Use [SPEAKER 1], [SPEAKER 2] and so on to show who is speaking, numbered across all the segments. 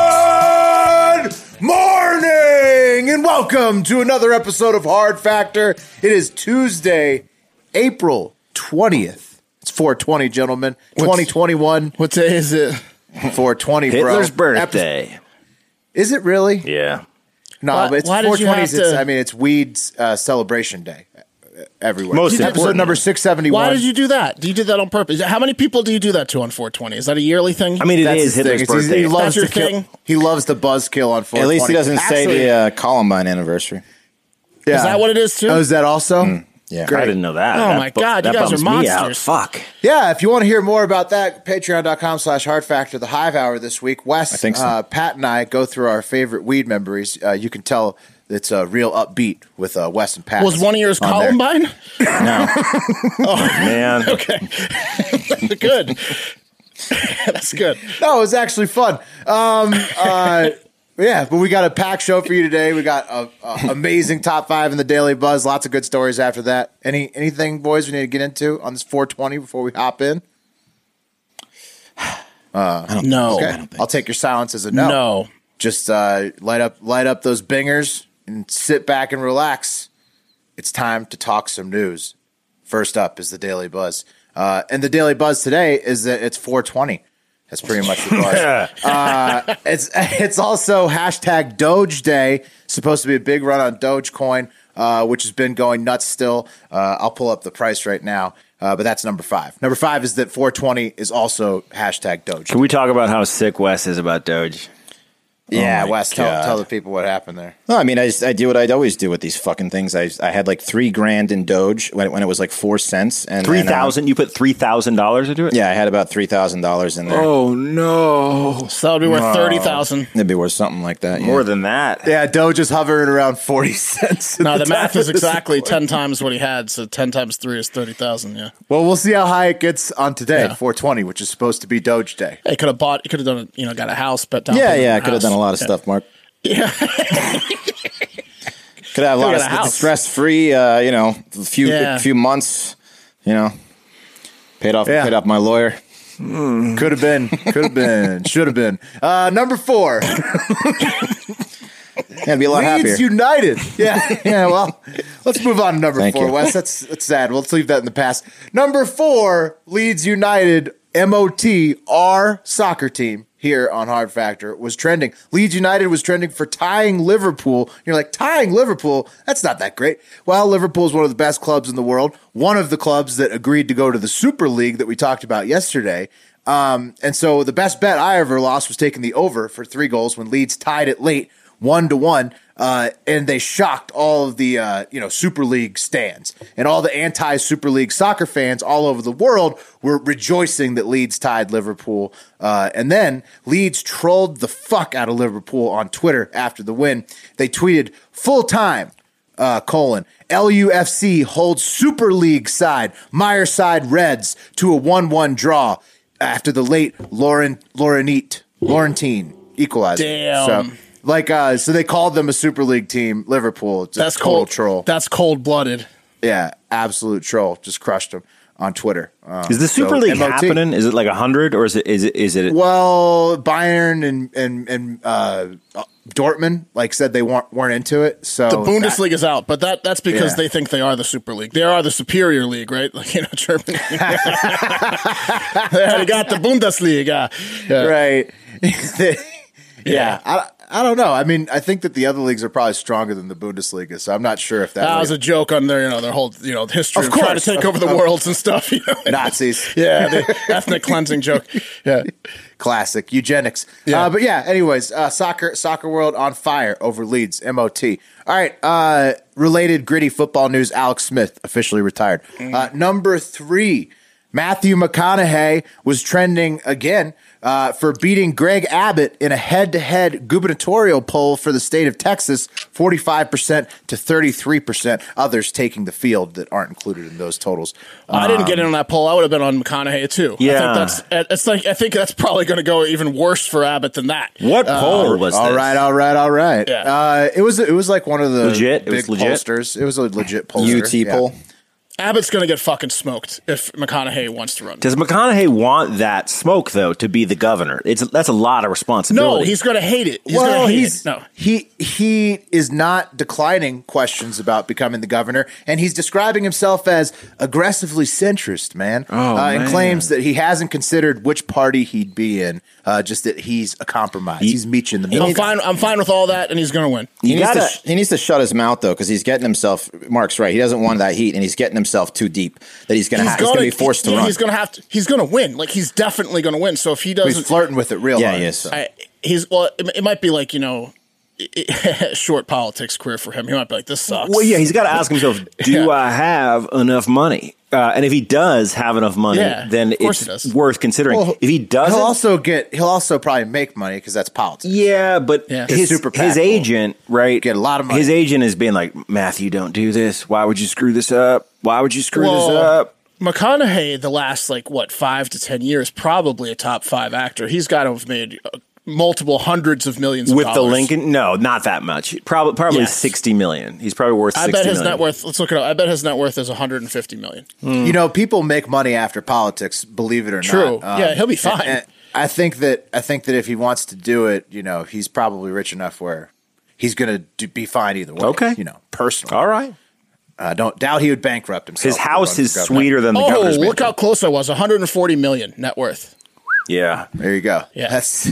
[SPEAKER 1] Good morning and welcome to another episode of Hard Factor. It is Tuesday, April 20th. It's 420, gentlemen. 2021,
[SPEAKER 2] What day is it?
[SPEAKER 1] 420, bro.
[SPEAKER 3] Hitler's
[SPEAKER 1] Epi-
[SPEAKER 3] birthday.
[SPEAKER 1] is it really?
[SPEAKER 3] yeah.
[SPEAKER 1] No,
[SPEAKER 2] Why-
[SPEAKER 1] but it's
[SPEAKER 2] why did you
[SPEAKER 1] 420.
[SPEAKER 2] have
[SPEAKER 1] It's,
[SPEAKER 2] to-
[SPEAKER 1] I mean, it's weed's uh, celebration day uh, everywhere.
[SPEAKER 3] Most
[SPEAKER 1] Episode
[SPEAKER 3] important.
[SPEAKER 1] number 671.
[SPEAKER 2] Why did you do that? Do you do that on purpose? How many people do you do that to on 420? Is that a yearly thing?
[SPEAKER 3] I mean, it is
[SPEAKER 1] That's his
[SPEAKER 3] Hitler's
[SPEAKER 1] thing. It's-
[SPEAKER 3] birthday.
[SPEAKER 1] He loves
[SPEAKER 2] That's
[SPEAKER 1] to
[SPEAKER 2] your
[SPEAKER 1] kill.
[SPEAKER 2] thing?
[SPEAKER 1] He loves the buzzkill on 420.
[SPEAKER 3] At least he doesn't
[SPEAKER 2] Actually-
[SPEAKER 3] say the uh, Columbine anniversary.
[SPEAKER 1] Yeah.
[SPEAKER 2] is that what it is too?
[SPEAKER 1] Oh, is that also?
[SPEAKER 3] Yeah,
[SPEAKER 1] Great.
[SPEAKER 3] I didn't know that.
[SPEAKER 2] Oh
[SPEAKER 3] That
[SPEAKER 2] my God, you
[SPEAKER 3] that
[SPEAKER 2] guys
[SPEAKER 3] bums
[SPEAKER 2] are
[SPEAKER 3] me out.
[SPEAKER 2] monsters.
[SPEAKER 3] Fuck.
[SPEAKER 1] Yeah, if you want to hear more about that, patreon.com slash hard factor, the hive hour this week. Wes,
[SPEAKER 3] think so.
[SPEAKER 1] uh, Pat, and I go through our favorite weed memories. Uh, you can tell it's a real upbeat with uh, Wes and Pat.
[SPEAKER 2] was one of yours
[SPEAKER 1] on there.
[SPEAKER 2] Columbine?
[SPEAKER 3] No. oh man.
[SPEAKER 2] Okay, good. That's good.
[SPEAKER 1] No, it was actually fun. Um, uh, yeah, but we got a packed show for you today. We got a, a amazing top five in the Daily Buzz. Lots of good stories after that. Any anything, boys, we need to get into on this 420 before we hop in?
[SPEAKER 2] No,
[SPEAKER 1] Okay, I'll take your silence as a no.
[SPEAKER 2] no.
[SPEAKER 1] just uh, light up light up those bingers and sit back and relax. It's time to talk some news. First up is the Daily Buzz, uh, and the Daily Buzz today is that it's 420. That's pretty much the buzz. uh, it's it's also hashtag Doge Day. Supposed to be a big run on Dogecoin, uh, which has been going nuts. Still, uh, I'll pull up the price right now. Uh, but that's number five. Number five is that 420 is also hashtag Doge.
[SPEAKER 3] Can we talk about how sick Wes is about Doge?
[SPEAKER 1] Yeah,
[SPEAKER 3] Oh my
[SPEAKER 1] Wes, tell,
[SPEAKER 3] God.
[SPEAKER 1] tell the people what happened there.
[SPEAKER 3] No, I mean, I, just- I do what I always do with these fucking things. I, I had like three grand in Doge when it, when it was like four cents. and
[SPEAKER 4] Three
[SPEAKER 3] and, uh,
[SPEAKER 4] thousand. You put three thousand dollars into it.
[SPEAKER 3] yeah, I had about three thousand dollars in there.
[SPEAKER 4] Oh no!
[SPEAKER 2] So that would be worth thirty thousand.
[SPEAKER 3] It'd be worth something like that.
[SPEAKER 4] More
[SPEAKER 3] yeah.
[SPEAKER 4] than that.
[SPEAKER 1] Yeah, Doge is hovering around 40 cents. at
[SPEAKER 2] No, the
[SPEAKER 1] time
[SPEAKER 2] math is
[SPEAKER 1] of this
[SPEAKER 2] exactly
[SPEAKER 1] recording.
[SPEAKER 2] ten times what he had. So ten times three is thirty thousand. Yeah.
[SPEAKER 1] Well, we'll see how high it gets on today,
[SPEAKER 2] Yeah.
[SPEAKER 1] 420, which is supposed to be Doge Day.
[SPEAKER 2] He could have bought. He could have done. it, You know, got a house, but down
[SPEAKER 3] yeah,
[SPEAKER 2] payment
[SPEAKER 3] yeah.
[SPEAKER 2] on
[SPEAKER 3] I could have done
[SPEAKER 2] house.
[SPEAKER 3] a lot of stuff, Mark.
[SPEAKER 2] Yeah.
[SPEAKER 3] Could have a
[SPEAKER 2] Could've
[SPEAKER 3] lot
[SPEAKER 2] got a
[SPEAKER 3] of
[SPEAKER 2] house.
[SPEAKER 3] stress free. Uh, you know, a few
[SPEAKER 2] Yeah.
[SPEAKER 3] a few months. You know, paid off
[SPEAKER 1] Yeah.
[SPEAKER 3] paid off my lawyer.
[SPEAKER 1] Could have been, could have been, should have been. Uh, number four,
[SPEAKER 3] Yeah, I'd be a lot happier.
[SPEAKER 1] Leeds United. Yeah, yeah. Well, let's move on to number
[SPEAKER 3] Thank
[SPEAKER 1] four,
[SPEAKER 3] you.
[SPEAKER 1] Wes. That's that's sad. Let's leave that in the past. Number four, Leeds United. MOT, our soccer team here on Hard Factor was trending. Leeds United was trending for tying Liverpool. You're like tying Liverpool? That's not that great. Well, Liverpool is one of the best clubs in the world. One of the clubs that agreed to go to the Super League that we talked about yesterday. Um, and so the best bet I ever lost was taking the over for three goals when Leeds tied it late, one to one. Uh, and they shocked all of the uh, you know Super League stands and all the anti Super League soccer fans all over the world were rejoicing that Leeds tied Liverpool. Uh, and then Leeds trolled the fuck out of Liverpool on Twitter after the win. They tweeted full time uh, colon LUFC holds Super League side Myerside Reds to a one-one draw after the late Lauren Laurenite Laurentine equalizer.
[SPEAKER 2] Damn.
[SPEAKER 1] So, like uh, so they called them a Super League team. Liverpool, just
[SPEAKER 2] That's
[SPEAKER 1] total
[SPEAKER 2] cold.
[SPEAKER 1] troll.
[SPEAKER 2] That's cold blooded.
[SPEAKER 1] yeah, absolute troll. Just crushed them on Twitter. Uh,
[SPEAKER 4] Is the Super
[SPEAKER 1] so,
[SPEAKER 4] League
[SPEAKER 1] MOT.
[SPEAKER 4] happening? Is it like hundred or is it is it is it?
[SPEAKER 1] Well, Bayern and and and uh, Dortmund like said they weren't weren't into it. So
[SPEAKER 2] The
[SPEAKER 1] that-
[SPEAKER 2] Bundesliga is out, but that that's because
[SPEAKER 1] Oh, Yeah.
[SPEAKER 2] they think they are the Super League. They are the superior league, right? Like you know, Germany. they already got the Bundesliga. Yeah.
[SPEAKER 1] right? yeah, I, I don't know. I mean, I think that the other leagues are probably stronger than the Bundesliga, so I'm not sure if that,
[SPEAKER 2] That was a
[SPEAKER 1] league-
[SPEAKER 2] joke on their, you know, their whole, you know, history
[SPEAKER 1] Of
[SPEAKER 2] of, trying to
[SPEAKER 1] course.
[SPEAKER 2] take over the worlds and stuff. You know?
[SPEAKER 1] Nazis.
[SPEAKER 2] yeah, the ethnic cleansing joke. Yeah,
[SPEAKER 1] classic eugenics.
[SPEAKER 2] Yeah.
[SPEAKER 1] Uh, but yeah, anyways, uh, soccer soccer world on fire over Leeds. MOT. All right. Uh, related gritty football news. Alex Smith officially retired. Uh, number three, Matthew McConaughey was trending again uh, for beating Greg Abbott in a head to head gubernatorial poll for the state of Texas, forty five percent to thirty three percent. Others taking the field that aren't included in those totals.
[SPEAKER 2] I didn't
[SPEAKER 1] Um,
[SPEAKER 2] get in on that poll. I would have been on McConaughey too.
[SPEAKER 4] Yeah.
[SPEAKER 2] I think that's eh, it's like I think that's probably going to go even worse for Abbott than that.
[SPEAKER 4] What poll was
[SPEAKER 1] Uh, All
[SPEAKER 4] this?
[SPEAKER 1] right, all right, all right.
[SPEAKER 2] Yeah.
[SPEAKER 1] Uh, it was it was like one of the
[SPEAKER 4] Legit? It
[SPEAKER 1] big
[SPEAKER 4] was legit?
[SPEAKER 1] pollsters. It was a legit pollster.
[SPEAKER 3] UT
[SPEAKER 1] yeah.
[SPEAKER 3] poll.
[SPEAKER 2] Abbott's going to get fucking smoked if McConaughey wants to run.
[SPEAKER 4] Does McConaughey want that smoke though to be the governor? It's that's a lot of responsibility.
[SPEAKER 2] no, he's going to hate it. He's
[SPEAKER 1] well,
[SPEAKER 2] gonna hate
[SPEAKER 1] he's
[SPEAKER 2] it. no.
[SPEAKER 1] he he is not declining questions about becoming the governor, and he's describing himself as aggressively centrist, man. Oh, uh, And
[SPEAKER 4] man.
[SPEAKER 1] claims that he hasn't considered which party he'd be in, uh, just that he's a compromise. he's meeting in the middle.
[SPEAKER 2] I'm fine. I'm fine with all that, and he's going to win.
[SPEAKER 3] He needs,
[SPEAKER 4] gotta-
[SPEAKER 3] to sh- he needs to shut his mouth though, because he's getting himself. Mark's right. He doesn't want that heat, and he's getting himself too deep that he's gonna ha- he's gonna be forced to
[SPEAKER 2] yeah,
[SPEAKER 3] run.
[SPEAKER 2] He's going to have to. He's going to win. Like he's definitely going to win. So if he doesn't,
[SPEAKER 1] He's flirting with it real
[SPEAKER 3] yeah,
[SPEAKER 1] hard.
[SPEAKER 3] he is.
[SPEAKER 2] I, he's well. It, it might be like you know, short politics career for him. He might be like, this sucks.
[SPEAKER 4] Well, yeah, he's got to ask himself, do
[SPEAKER 2] Yeah.
[SPEAKER 4] I have enough money? Uh, and if he does have enough money,
[SPEAKER 2] Yeah,
[SPEAKER 4] then
[SPEAKER 2] of course he
[SPEAKER 4] it's
[SPEAKER 2] does.
[SPEAKER 4] worth considering.
[SPEAKER 1] Well,
[SPEAKER 4] if he doesn't,
[SPEAKER 1] He'll also get. He'll also probably make money because that's politics.
[SPEAKER 4] yeah, but
[SPEAKER 2] Yeah.
[SPEAKER 4] his
[SPEAKER 1] His super PAC
[SPEAKER 4] his
[SPEAKER 1] will
[SPEAKER 4] agent, right?
[SPEAKER 1] get a lot of money.
[SPEAKER 4] His agent is being like, Matthew, don't do this. Why would you screw this up? Why would you screw
[SPEAKER 2] Well,
[SPEAKER 4] this up?
[SPEAKER 2] McConaughey, the last like what five to ten years, probably a top five actor. He's got to have made uh, multiple hundreds of millions of
[SPEAKER 4] With the
[SPEAKER 2] dollars.
[SPEAKER 4] Lincoln? No, not that much. Probably probably
[SPEAKER 2] Yes.
[SPEAKER 4] sixty million. He's probably worth. 60
[SPEAKER 2] I bet his
[SPEAKER 4] million.
[SPEAKER 2] net worth. Let's look it up. I bet his net worth is 150 million.
[SPEAKER 1] You know, people make money after politics, believe it or
[SPEAKER 2] True.
[SPEAKER 1] not. Um,
[SPEAKER 2] Yeah, he'll be fine.
[SPEAKER 1] and- and I think that I think that if he wants to do it, you know, he's probably rich enough where he's going to do, be fine either way.
[SPEAKER 4] Okay.
[SPEAKER 1] you know, personally,
[SPEAKER 4] All right.
[SPEAKER 1] I don't doubt he would bankrupt himself.
[SPEAKER 4] His
[SPEAKER 1] if he
[SPEAKER 4] house
[SPEAKER 1] wanted
[SPEAKER 4] is
[SPEAKER 1] to go.
[SPEAKER 4] sweeter than the
[SPEAKER 2] Oh,
[SPEAKER 4] governor's
[SPEAKER 2] look
[SPEAKER 4] mansion.
[SPEAKER 2] how close I was. 140 million net worth.
[SPEAKER 4] Yeah.
[SPEAKER 1] There you go.
[SPEAKER 2] Yeah.
[SPEAKER 1] that's.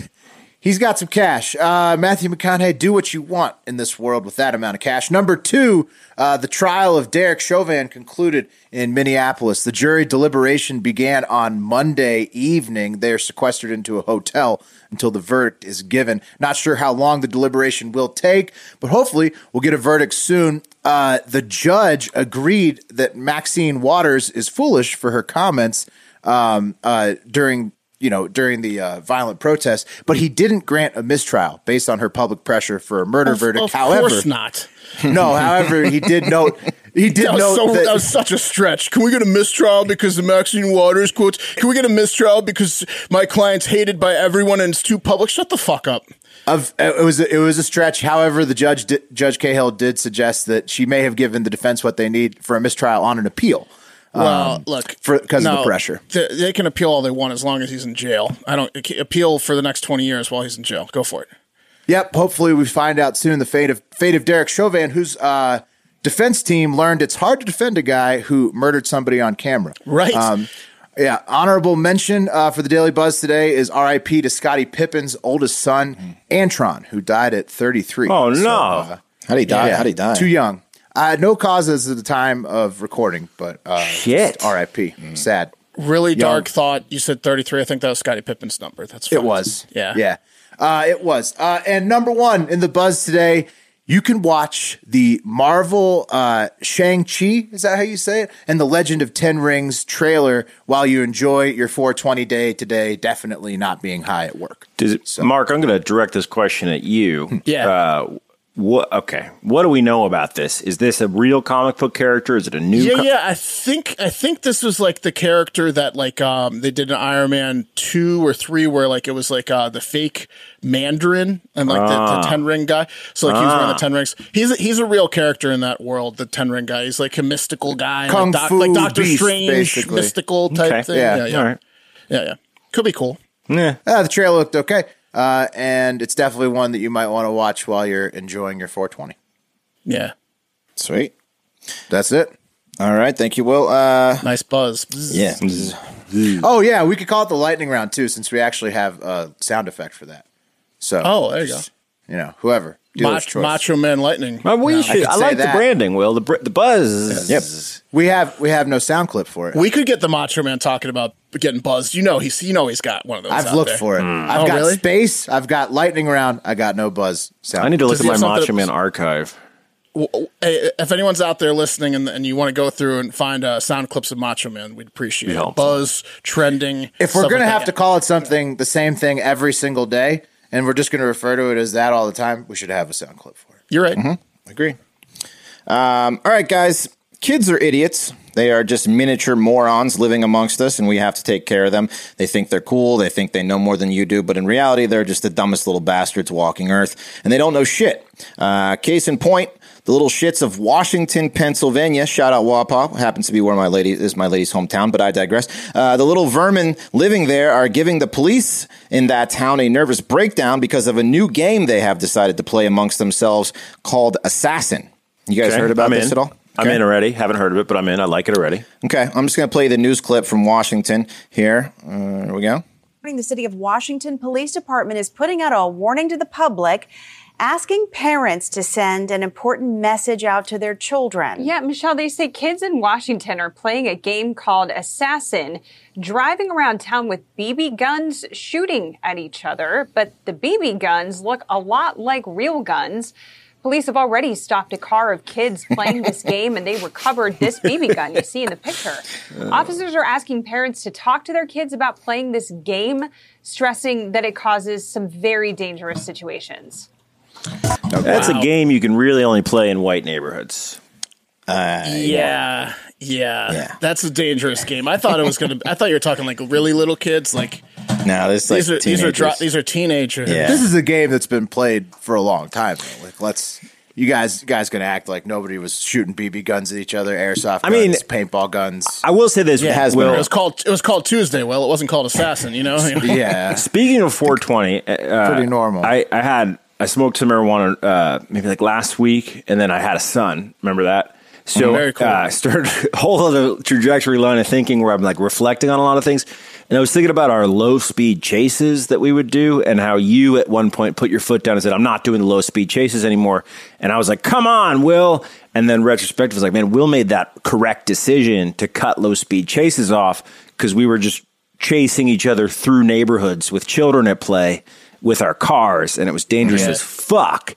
[SPEAKER 1] He's got some cash. Uh, Matthew McConaughey, do what you want in this world with that amount of cash. Number two, uh, the trial of Derek Chauvin concluded in Minneapolis. The jury deliberation began on Monday evening. They are sequestered into a hotel until the verdict is given. Not sure how long the deliberation will take, but hopefully we'll get a verdict soon. Uh, the judge agreed that Maxine Waters is foolish for her comments um, uh, during you know during the uh, violent protests, but he didn't grant a mistrial based on her public pressure for a murder verdict.
[SPEAKER 2] Of
[SPEAKER 1] however,
[SPEAKER 2] course not.
[SPEAKER 1] no, however, he did note he did
[SPEAKER 2] That was,
[SPEAKER 1] note
[SPEAKER 2] so,
[SPEAKER 1] that,
[SPEAKER 2] that was such a stretch. Can we get a mistrial because the Maxine Waters quotes? Can we get a mistrial because my client's hated by everyone and it's too public? Shut the fuck up.
[SPEAKER 1] of uh, it was it was a stretch. However, the judge di- Judge Cahill did suggest that she may have given the defense what they need for a mistrial on an appeal.
[SPEAKER 2] Well, look,
[SPEAKER 1] Um, for- 'cause of the pressure.
[SPEAKER 2] th- they can appeal all they want as long as he's in jail. I don't appeal for the next twenty years while he's in jail. Go for it.
[SPEAKER 1] Yep. Hopefully, we find out soon the fate of fate of Derek Chauvin, whose uh, defense team learned it's hard to defend a guy who murdered somebody on camera.
[SPEAKER 2] Right.
[SPEAKER 1] Um, yeah. Honorable mention uh, for the Daily Buzz today is R.I.P. to Scottie Pippen's oldest son, Antron, who died at 33.
[SPEAKER 4] Oh no.
[SPEAKER 1] So, uh,
[SPEAKER 3] How would he die?
[SPEAKER 1] yeah,
[SPEAKER 3] How would he die?
[SPEAKER 1] Too young. Uh, no causes at the time of recording, but uh,
[SPEAKER 4] Shit.
[SPEAKER 1] R.I.P. Sad.
[SPEAKER 2] Really
[SPEAKER 1] Young.
[SPEAKER 2] dark thought. You said thirty three. I think that was Scottie Pippen's number. That's
[SPEAKER 1] It
[SPEAKER 2] fucked.
[SPEAKER 1] was.
[SPEAKER 2] Yeah.
[SPEAKER 1] Yeah. Uh, it was. Uh, and number one in the buzz today, you can watch the Marvel uh, Shang-Chi, is that how you say it? And the Legend of Ten Rings trailer while you enjoy your 420 day today, definitely not being high at work.
[SPEAKER 4] Does it, Mark, I'm going to direct this question at you.
[SPEAKER 2] Yeah.
[SPEAKER 4] Uh, what? Okay. What do we know about this? Is this a real comic book character? Is it a new?
[SPEAKER 2] Yeah,
[SPEAKER 4] co-
[SPEAKER 2] yeah. I think I think this was like the character that like um they did in Iron Man two or three where like it was like uh the fake Mandarin and like
[SPEAKER 1] Ah.
[SPEAKER 2] the, the ten ring guy. So like he was one of the ten rings. He's a, he's a real character in that world. The ten ring guy. He's like a mystical guy,
[SPEAKER 1] Kung
[SPEAKER 2] like, doc-
[SPEAKER 1] Fu
[SPEAKER 2] like Doctor
[SPEAKER 1] beast,
[SPEAKER 2] Strange,
[SPEAKER 1] basically.
[SPEAKER 2] mystical type
[SPEAKER 4] Okay.
[SPEAKER 2] thing.
[SPEAKER 1] Yeah.
[SPEAKER 2] Yeah, yeah,
[SPEAKER 4] All right.
[SPEAKER 2] yeah, yeah. Could be cool.
[SPEAKER 1] Uh, the trailer looked okay. Uh, and it's definitely one that you might want to watch while you're enjoying your 420.
[SPEAKER 2] Yeah,
[SPEAKER 3] Sweet.
[SPEAKER 1] That's it.
[SPEAKER 3] All right. Thank you, Will. Uh,
[SPEAKER 2] nice buzz. Bzz.
[SPEAKER 3] yeah.
[SPEAKER 1] Oh, yeah. We could call it the lightning round, too, since we actually have a sound effect for that. So,
[SPEAKER 2] Oh, there you go.
[SPEAKER 1] you know, whoever. Dealer's
[SPEAKER 2] Mach-
[SPEAKER 1] choice.
[SPEAKER 2] Macho Man Lightning.
[SPEAKER 4] Well, we should.
[SPEAKER 1] could
[SPEAKER 4] I,
[SPEAKER 1] say
[SPEAKER 4] like
[SPEAKER 1] that.
[SPEAKER 4] the branding. Will the br- the buzz?
[SPEAKER 3] Yep.
[SPEAKER 1] We have we have no sound clip for it.
[SPEAKER 2] We could get the Macho Man talking about getting buzzed. You know he's you know he's got one of those.
[SPEAKER 1] I've
[SPEAKER 2] out
[SPEAKER 1] looked
[SPEAKER 2] there.
[SPEAKER 1] for it.
[SPEAKER 4] Hmm.
[SPEAKER 1] I've
[SPEAKER 2] Oh,
[SPEAKER 1] got
[SPEAKER 2] really?
[SPEAKER 1] space. I've got lightning round. I got no buzz sound.
[SPEAKER 4] I need to look
[SPEAKER 2] Does
[SPEAKER 4] at
[SPEAKER 2] he
[SPEAKER 4] my
[SPEAKER 2] have something
[SPEAKER 4] Macho
[SPEAKER 2] that-
[SPEAKER 4] Man archive.
[SPEAKER 2] W- Hey, if anyone's out there listening and, and you want to go through and find uh, sound clips of Macho Man, we'd appreciate it.
[SPEAKER 4] helpful.
[SPEAKER 2] Buzz trending.
[SPEAKER 1] if we're
[SPEAKER 2] stuff
[SPEAKER 1] gonna
[SPEAKER 2] like
[SPEAKER 1] have to
[SPEAKER 2] that.
[SPEAKER 1] call it something the same thing every single day, and we're just gonna refer to it as that all the time, we should have a sound clip for it.
[SPEAKER 2] you're right.
[SPEAKER 3] Agree. Um, all right, guys. Kids are idiots. They are just miniature morons living amongst us, and we have to take care of them. They think they're cool. They think they know more than you do, but in reality, they're just the dumbest little bastards walking earth, and they don't know shit. Uh, case in point, the little shits of Washington, Pennsylvania. Shout out Wapaw. Happens to be where my lady is my lady's hometown, but I digress. Uh, the little vermin living there are giving the police in that town a nervous breakdown because of a new game they have decided to play amongst themselves called Assassin. You guys
[SPEAKER 4] Okay,
[SPEAKER 3] heard about
[SPEAKER 4] I'm
[SPEAKER 3] this
[SPEAKER 4] in.
[SPEAKER 3] at all?
[SPEAKER 4] I'm
[SPEAKER 3] Okay.
[SPEAKER 4] in already. Haven't heard of it, but I'm in. I like it already.
[SPEAKER 3] Okay, I'm just going to play the news clip from Washington here. Uh, here we go.
[SPEAKER 5] morning, the city of Washington Police Department is putting out a warning to the public, asking parents to send an important message out to their children.
[SPEAKER 6] Yeah, Michelle, they say kids in Washington are playing a game called Assassin, driving around town with BB guns, shooting at each other. But the BB guns look a lot like real guns. Police have already stopped a car of kids playing this game and they recovered this BB gun you see in the picture. Officers are asking parents to talk to their kids about playing this game, stressing that it causes some very dangerous situations.
[SPEAKER 4] That's a game you can really only play in white neighborhoods.
[SPEAKER 2] Yeah, yeah,
[SPEAKER 3] Yeah.
[SPEAKER 2] That's a dangerous game. I thought it was gonna. I thought you were talking like really little kids. Like
[SPEAKER 3] Now this is like
[SPEAKER 2] these are these are dro-
[SPEAKER 3] teenagers.
[SPEAKER 2] these are teenagers.
[SPEAKER 3] Yeah.
[SPEAKER 1] This is a game that's been played for a long time. though. Like let's you guys you guys gonna act like nobody was shooting BB guns at each other, airsoft guns,
[SPEAKER 4] I mean-
[SPEAKER 1] paintball guns.
[SPEAKER 4] I will say this.
[SPEAKER 3] It has
[SPEAKER 4] Will,
[SPEAKER 3] been
[SPEAKER 2] It was called it was called Tuesday. Well, it wasn't called Assassin. You know.
[SPEAKER 1] yeah.
[SPEAKER 4] Speaking of 420, uh,
[SPEAKER 1] Pretty normal.
[SPEAKER 4] I, I had I smoked some marijuana uh, maybe like last week, and then I had a son. Remember that? So
[SPEAKER 2] Very cool.
[SPEAKER 4] uh, I started a whole other trajectory line of thinking where I'm like reflecting on a lot of things, and I was thinking about our low speed chases that we would do, and how you at one point put your foot down and said, "I'm not doing the low speed chases anymore," and I was like, "Come on, Will." And then retrospective was like, "Man, Will made that correct decision to cut low speed chases off because we were just chasing each other through neighborhoods with children at play." With our cars, and it was dangerous as fuck.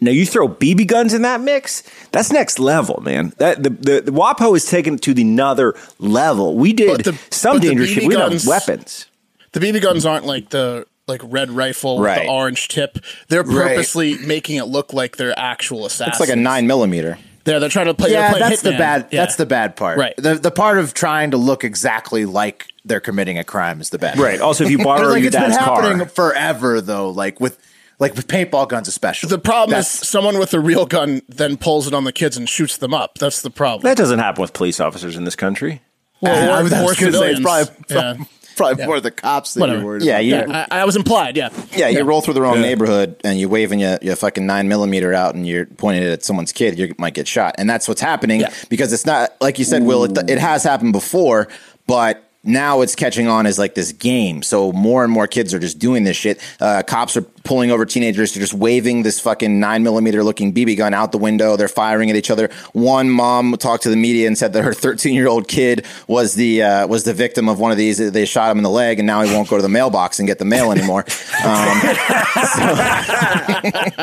[SPEAKER 4] Now you throw BB guns in that mix, that's next level, man. That the the, the WAPO is taken to the another level. We did
[SPEAKER 2] But the-
[SPEAKER 4] some
[SPEAKER 2] but the
[SPEAKER 4] dangerous
[SPEAKER 2] BB
[SPEAKER 4] shit. We don't have
[SPEAKER 2] guns-
[SPEAKER 4] weapons.
[SPEAKER 2] the BB guns aren't like the like red rifle with
[SPEAKER 3] Right.
[SPEAKER 2] the orange tip. They're
[SPEAKER 1] Right.
[SPEAKER 2] purposely making it look like they're actual assassins.
[SPEAKER 3] it's like a nine millimeter.
[SPEAKER 2] They're, they're trying to play. they're
[SPEAKER 1] Yeah,
[SPEAKER 2] playing
[SPEAKER 1] that's the
[SPEAKER 2] Hitman.
[SPEAKER 1] bad
[SPEAKER 2] Yeah.
[SPEAKER 1] that's the bad part.
[SPEAKER 2] Right.
[SPEAKER 1] The the part of trying to look exactly like they're committing a crime is the bad part.
[SPEAKER 4] Right. Also, if you
[SPEAKER 1] But
[SPEAKER 4] borrow
[SPEAKER 1] like
[SPEAKER 4] your
[SPEAKER 1] it's been
[SPEAKER 4] dad's
[SPEAKER 1] happening
[SPEAKER 4] car,
[SPEAKER 1] forever though, like with like with paintball guns especially.
[SPEAKER 2] The problem
[SPEAKER 1] That's-
[SPEAKER 2] is someone with a real gun then pulls it on the kids and shoots them up. That's the problem.
[SPEAKER 4] that doesn't happen with police officers in this country.
[SPEAKER 2] Well,
[SPEAKER 1] I
[SPEAKER 2] or-
[SPEAKER 1] was
[SPEAKER 2] or
[SPEAKER 1] gonna say, it's
[SPEAKER 2] civilians.
[SPEAKER 1] probably
[SPEAKER 2] Yeah.
[SPEAKER 1] probably more the cops that
[SPEAKER 2] Whatever.
[SPEAKER 1] you're worried
[SPEAKER 3] Yeah,
[SPEAKER 1] about.
[SPEAKER 3] you, yeah,
[SPEAKER 2] I, I was implied. Yeah.
[SPEAKER 3] you roll through the wrong neighborhood and you're waving your, your fucking nine millimeter out and you're pointing it at someone's kid, you might get shot, and that's what's happening
[SPEAKER 2] Yeah.
[SPEAKER 3] because it's not like you said, Will. It, it has happened before, but. Now it's catching on as like this game. So more and more kids are just doing this shit. Uh, cops are pulling over teenagers. They're just waving this fucking nine millimeter looking BB gun out the window. They're firing at each other. One mom talked to the media and said that her 13 year old kid was the uh, was the victim of one of these. They shot him in the leg, and now he won't go to the mailbox and get the mail anymore. Um,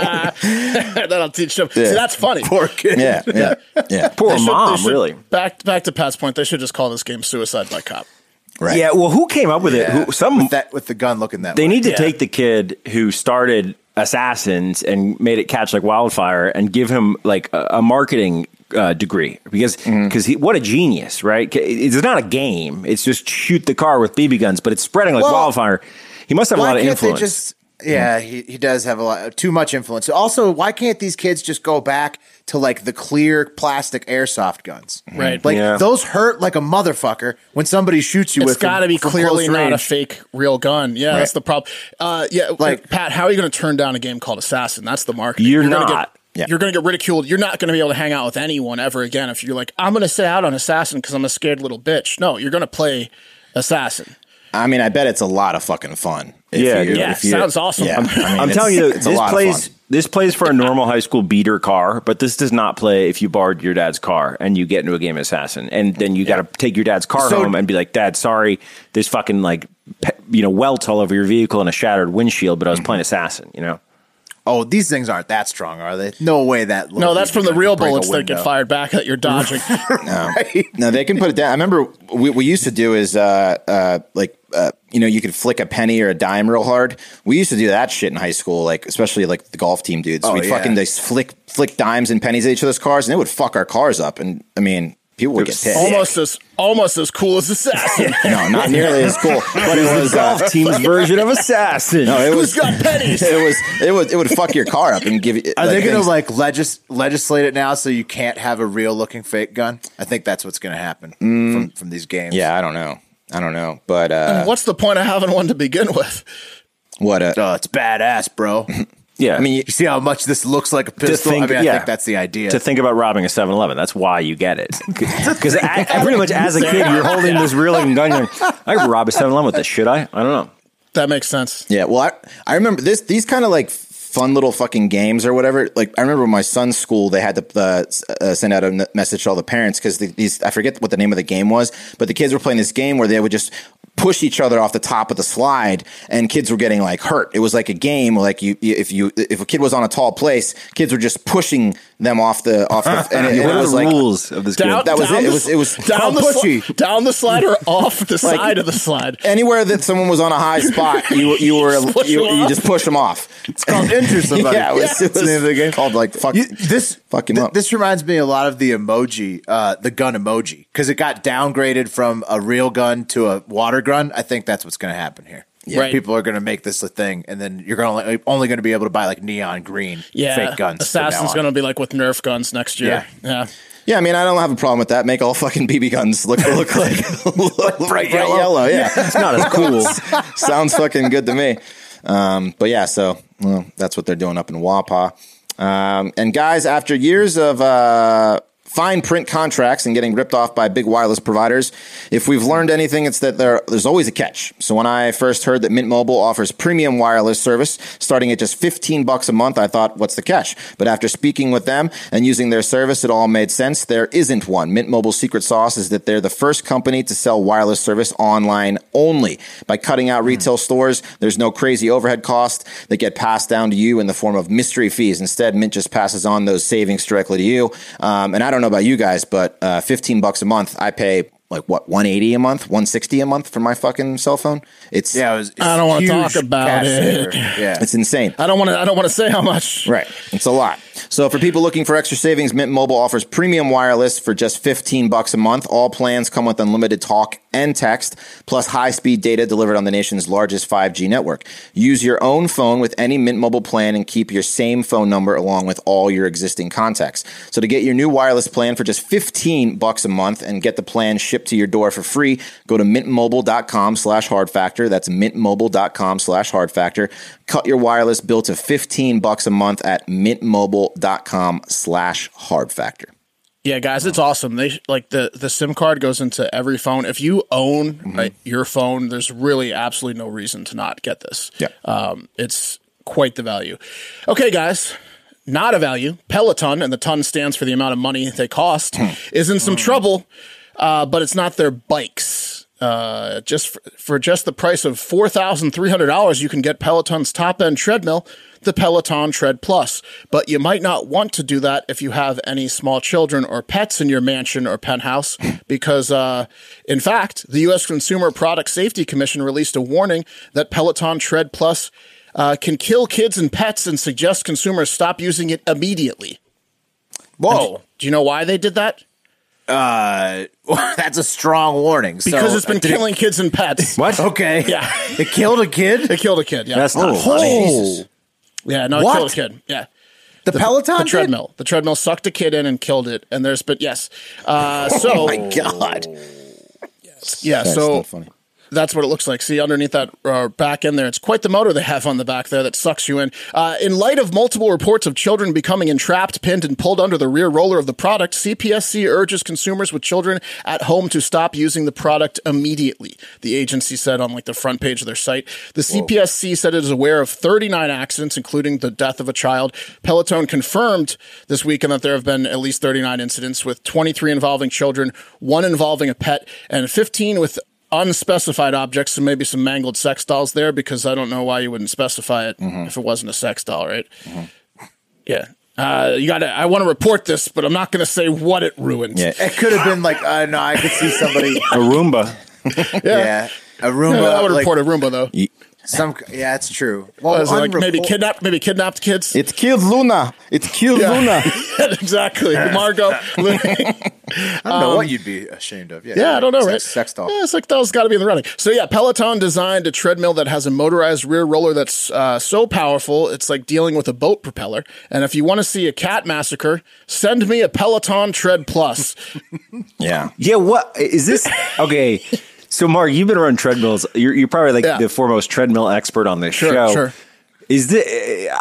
[SPEAKER 2] That'll teach them. See, that's funny.
[SPEAKER 1] Poor kid.
[SPEAKER 3] yeah, yeah, yeah.
[SPEAKER 4] Poor
[SPEAKER 2] They should- they
[SPEAKER 4] mom,
[SPEAKER 2] should-
[SPEAKER 4] really.
[SPEAKER 2] Back back to Pat's point. They should just call this game "Suicide by Cop."
[SPEAKER 3] Right.
[SPEAKER 4] Yeah. Well, who came up with it? Who, some
[SPEAKER 1] with that with the gun looking that
[SPEAKER 4] They
[SPEAKER 1] way.
[SPEAKER 4] need to
[SPEAKER 2] Yeah.
[SPEAKER 4] take the kid who started Assassins and made it catch like wildfire and give him like a, a marketing uh, degree because
[SPEAKER 1] Mm-hmm.
[SPEAKER 4] because he what a genius, right? 'Cause it- It's not a game; it's just shoot the car with BB guns, but it's spreading like
[SPEAKER 1] Well,
[SPEAKER 4] wildfire. He must have a
[SPEAKER 1] why
[SPEAKER 4] lot of
[SPEAKER 1] can't
[SPEAKER 4] influence. Mm-hmm.
[SPEAKER 1] they just yeah he, he does have a lot too much influence also why can't these kids just go back to like the clear plastic airsoft guns
[SPEAKER 2] Mm-hmm. Right.
[SPEAKER 1] like
[SPEAKER 4] Yeah.
[SPEAKER 1] those hurt like a motherfucker when somebody shoots you
[SPEAKER 2] It's
[SPEAKER 1] with them
[SPEAKER 2] got to be
[SPEAKER 1] from
[SPEAKER 2] clearly
[SPEAKER 1] close
[SPEAKER 2] not a
[SPEAKER 1] range.
[SPEAKER 2] fake real gun. Yeah, that's the problem. Uh, yeah,
[SPEAKER 1] Like-
[SPEAKER 2] like Pat, how are you going to turn down a game called Assassin? That's the market.
[SPEAKER 4] You're
[SPEAKER 2] Gonna
[SPEAKER 4] not.
[SPEAKER 3] Yeah.
[SPEAKER 2] get, You're going to get ridiculed. You're not going to be able to hang out with anyone ever again if you're like, I'm going to sit out on Assassin because I'm a scared little bitch. No, you're going to play Assassin.
[SPEAKER 3] I mean, I bet it's a lot of fucking fun. If
[SPEAKER 4] Yeah,
[SPEAKER 3] you-
[SPEAKER 4] yeah,
[SPEAKER 3] if you-
[SPEAKER 2] sounds awesome.
[SPEAKER 3] Yeah, I mean,
[SPEAKER 4] I'm
[SPEAKER 3] it's-
[SPEAKER 4] telling you,
[SPEAKER 3] it's a
[SPEAKER 4] this
[SPEAKER 3] lot of
[SPEAKER 4] plays
[SPEAKER 3] fun.
[SPEAKER 4] this plays for a normal high school beater car, but this does not play if you borrowed your dad's car and you get into a game of assassin, and then you got to take your dad's car
[SPEAKER 1] So-
[SPEAKER 4] home and be like, "Dad, sorry, there's fucking like pe- you know welts all over your vehicle and a shattered windshield, but I was playing assassin." You know,
[SPEAKER 1] Oh, these things aren't that strong, are they? No way that.
[SPEAKER 2] No, that's from the real bullets that get fired back that you're dodging.
[SPEAKER 3] No, they can put it down. I remember what we used to do is uh, uh, like uh, you know you could flick a penny or a dime real hard. We used to do that shit in high school, like especially like the golf team dudes.
[SPEAKER 1] Oh,
[SPEAKER 3] We'd
[SPEAKER 1] yeah.
[SPEAKER 3] fucking just flick flick dimes and pennies at each other's cars, and it would fuck our cars up. And I mean, people would get pissed.
[SPEAKER 2] almost as almost as cool as assassin.
[SPEAKER 3] No, not nearly as cool. But it was uh,
[SPEAKER 4] golf team's version of assassin.
[SPEAKER 3] no, it was
[SPEAKER 2] Who's got pennies?
[SPEAKER 3] it was it would it would fuck your car up and give you.
[SPEAKER 1] Are they going
[SPEAKER 3] things-
[SPEAKER 1] to like legis- legislate it now so you can't have a real looking fake gun? I think that's what's going to happen from, from these games.
[SPEAKER 3] Mm. Yeah, I don't know. I don't know, but uh,
[SPEAKER 2] What's the point of having one to begin with?
[SPEAKER 4] Mm-hmm.
[SPEAKER 3] what? A,
[SPEAKER 1] Oh, it's badass, bro.
[SPEAKER 4] yeah,
[SPEAKER 3] I mean, you-
[SPEAKER 1] You see how much this looks like a pistol?
[SPEAKER 4] think-
[SPEAKER 1] I mean, I
[SPEAKER 4] yeah.
[SPEAKER 1] think that's the idea.
[SPEAKER 4] to think about robbing a 7-Eleven. That's why you get it. Because pretty much as a kid, you're holding this real looking gun. You're like, I could rob a 7-Eleven with this, should I? I don't know.
[SPEAKER 2] That makes sense.
[SPEAKER 3] Yeah, well, I, I remember this. These kind of like fun little fucking games or whatever. Like I remember my son's school, they had to uh, s- uh, send out a n- message to all the parents because the, these I forget what the name of the game was, but the kids were playing this game where they would just push each other off the top of the slide and kids were getting like hurt. It was like a game like you you- if you if a kid was on a tall place, kids were just pushing them off the off the and it,
[SPEAKER 4] What
[SPEAKER 3] it
[SPEAKER 4] are
[SPEAKER 3] was
[SPEAKER 4] the
[SPEAKER 3] like
[SPEAKER 4] rules of this
[SPEAKER 2] Down,
[SPEAKER 4] game?
[SPEAKER 3] That was
[SPEAKER 2] down
[SPEAKER 3] it. It
[SPEAKER 2] the
[SPEAKER 3] was-
[SPEAKER 2] sl-
[SPEAKER 3] it was
[SPEAKER 2] down the,
[SPEAKER 3] called
[SPEAKER 2] sli-
[SPEAKER 3] pushy.
[SPEAKER 2] down the slide or off the side of the slide.
[SPEAKER 3] anywhere that someone was on a high spot, you you were
[SPEAKER 2] Just push
[SPEAKER 3] you,
[SPEAKER 2] them
[SPEAKER 3] you
[SPEAKER 2] off.
[SPEAKER 3] just push them off.
[SPEAKER 1] it's called injure somebody.
[SPEAKER 3] Yeah, it was, it
[SPEAKER 1] That's
[SPEAKER 3] was
[SPEAKER 1] the name of the game.
[SPEAKER 3] called like fuck
[SPEAKER 1] You- this
[SPEAKER 3] fuck him
[SPEAKER 1] thi-
[SPEAKER 3] up.
[SPEAKER 1] This reminds me a lot of the emoji, uh, the gun emoji, because it got downgraded from a real gun to a water gun. I think that's what's going to happen here.
[SPEAKER 2] Right.
[SPEAKER 1] People are going to make this a thing, and then you're going to only going to be able to buy like neon green
[SPEAKER 2] Yeah,
[SPEAKER 1] fake guns.
[SPEAKER 2] Assassin's going to be like with Nerf guns next year. Yeah,
[SPEAKER 3] Yeah, I mean, I don't have a problem with that. Make all fucking BB guns look look like look bright,
[SPEAKER 1] yellow.
[SPEAKER 3] yellow. Yeah,
[SPEAKER 4] It's not as cool.
[SPEAKER 3] sounds fucking good to me. Um, but yeah, so well, that's what they're doing up in Wapa. Um, and guys, after years of uh, fine print contracts and getting ripped off by big wireless providers, if we've learned anything, it's that there, there's always a catch. So when I first heard that Mint Mobile offers premium wireless service starting at just 15 bucks a month, I thought, what's the catch? But after speaking with them and using their service, it all made sense. There isn't one. Mint Mobile's secret sauce is that they're the first company to sell wireless service online only. By cutting out
[SPEAKER 1] Hmm.
[SPEAKER 3] retail stores, there's no crazy overhead costs that get passed down to you in the form of mystery fees. Instead, Mint just passes on those savings directly to you. Um, and I don't know about you guys, but uh, 15 bucks a month, I pay like what 180 a month 160 a month for my fucking cell phone it's
[SPEAKER 1] Yeah, it was,
[SPEAKER 2] I don't wanna
[SPEAKER 1] huge
[SPEAKER 2] talk about
[SPEAKER 1] cash
[SPEAKER 2] it.
[SPEAKER 1] saver. Yeah,
[SPEAKER 3] it's insane
[SPEAKER 2] I don't want to. I don't want to say how much.
[SPEAKER 3] Right. It's a lot. So for people looking for extra savings, Mint Mobile offers premium wireless for just 15 bucks a month. All plans come with unlimited talk and text, plus high-speed data delivered on the nation's largest 5G network. Use your own phone with any Mint Mobile plan and keep your same phone number along with all your existing contacts. So to get your new wireless plan for just 15 bucks a month and get the plan shipped to your door for free, go to mintmobile.com slash hard factor. That's mintmobile.com slash hard factor. Cut your wireless bill to 15 bucks a month at mintmobile.com slash hard factor.
[SPEAKER 2] Yeah, guys, it's awesome. They sh- like the the SIM card goes into every phone. If you own like, your phone, there's really absolutely no reason to not get this.
[SPEAKER 3] Yeah.
[SPEAKER 2] um, it's quite the value. Okay, guys. Not a value. Peloton, and the ton stands for the amount of money they cost, is in some trouble, uh, but it's not their bikes. Uh, just for, for just the price of four thousand three hundred dollars, you can get Peloton's top end treadmill, the Peloton Tread Plus. But you might not want to do that if you have any small children or pets in your mansion or penthouse, because uh, in fact, the U.S. Consumer Product Safety Commission released a warning that Peloton Tread Plus uh, can kill kids and pets and suggest consumers stop using it immediately.
[SPEAKER 1] whoa,
[SPEAKER 2] Do you know why they did that?
[SPEAKER 1] that's a strong warning. So-
[SPEAKER 2] Because it's been
[SPEAKER 1] Did it-
[SPEAKER 2] killing kids and pets.
[SPEAKER 4] What?
[SPEAKER 1] Okay,
[SPEAKER 2] Yeah.
[SPEAKER 1] it killed a kid. Oh.
[SPEAKER 2] They killed a kid. Yeah.
[SPEAKER 4] That's not funny.
[SPEAKER 2] Oh. yeah. No, it
[SPEAKER 1] What?
[SPEAKER 2] killed a kid. Yeah.
[SPEAKER 1] The, Peloton
[SPEAKER 2] The
[SPEAKER 1] did?
[SPEAKER 2] treadmill. The treadmill sucked a kid in and killed it. And
[SPEAKER 4] Oh
[SPEAKER 2] there's, but yes. Uh, so,
[SPEAKER 3] God.
[SPEAKER 2] yeah.
[SPEAKER 3] That's
[SPEAKER 2] So,
[SPEAKER 3] not funny.
[SPEAKER 2] That's what it looks like. See underneath that uh, back end there, it's quite the motor they have on the back there that sucks you in. Uh, in light of multiple reports of children becoming entrapped, pinned, and pulled under the rear roller of the product, CPSC urges consumers with children at home to stop using the product immediately. The agency said on like the front page of their site. The CPSC said it is aware of 39 accidents, including the death of a child. Peloton confirmed this weekend that there have been at least 39 incidents, with 23 involving children, one involving a pet, and 15 with unspecified objects, so maybe some mangled sex dolls there, because I don't know why you wouldn't specify it
[SPEAKER 3] Mm-hmm.
[SPEAKER 2] if it wasn't a sex doll, right? Yeah. Uh, you gotta. I want to report this, but I'm not gonna say what it ruined.
[SPEAKER 3] Yeah.
[SPEAKER 1] It could have been like, uh, no, I could see somebody.
[SPEAKER 4] A Roomba.
[SPEAKER 1] yeah. A Roomba.
[SPEAKER 2] I would
[SPEAKER 1] like,
[SPEAKER 2] report a Roomba though.
[SPEAKER 1] Some, yeah, it's true. Well,
[SPEAKER 2] As in, like, maybe
[SPEAKER 1] unreport-
[SPEAKER 2] kidnapped, maybe kidnapped kids.
[SPEAKER 3] It killed Luna. It killed Luna.
[SPEAKER 2] exactly, Margot.
[SPEAKER 1] I don't know what you'd be ashamed of. Yeah,
[SPEAKER 2] Yeah, I don't know,
[SPEAKER 1] sex,
[SPEAKER 2] right?
[SPEAKER 1] Sex doll.
[SPEAKER 2] Yeah, sex doll's got to be in the running. So yeah, Peloton designed a treadmill that has a motorized rear roller that's uh, so powerful it's like dealing with a boat propeller. And if you want to see a cat massacre, send me a Peloton Tread Plus.
[SPEAKER 3] Yeah.
[SPEAKER 4] Yeah, what is this? Okay. So, Mark, you've been around treadmills. You're, you're probably like
[SPEAKER 2] Yeah.
[SPEAKER 4] the foremost treadmill expert on this
[SPEAKER 2] Sure,
[SPEAKER 4] show.
[SPEAKER 2] sure.
[SPEAKER 4] Is this,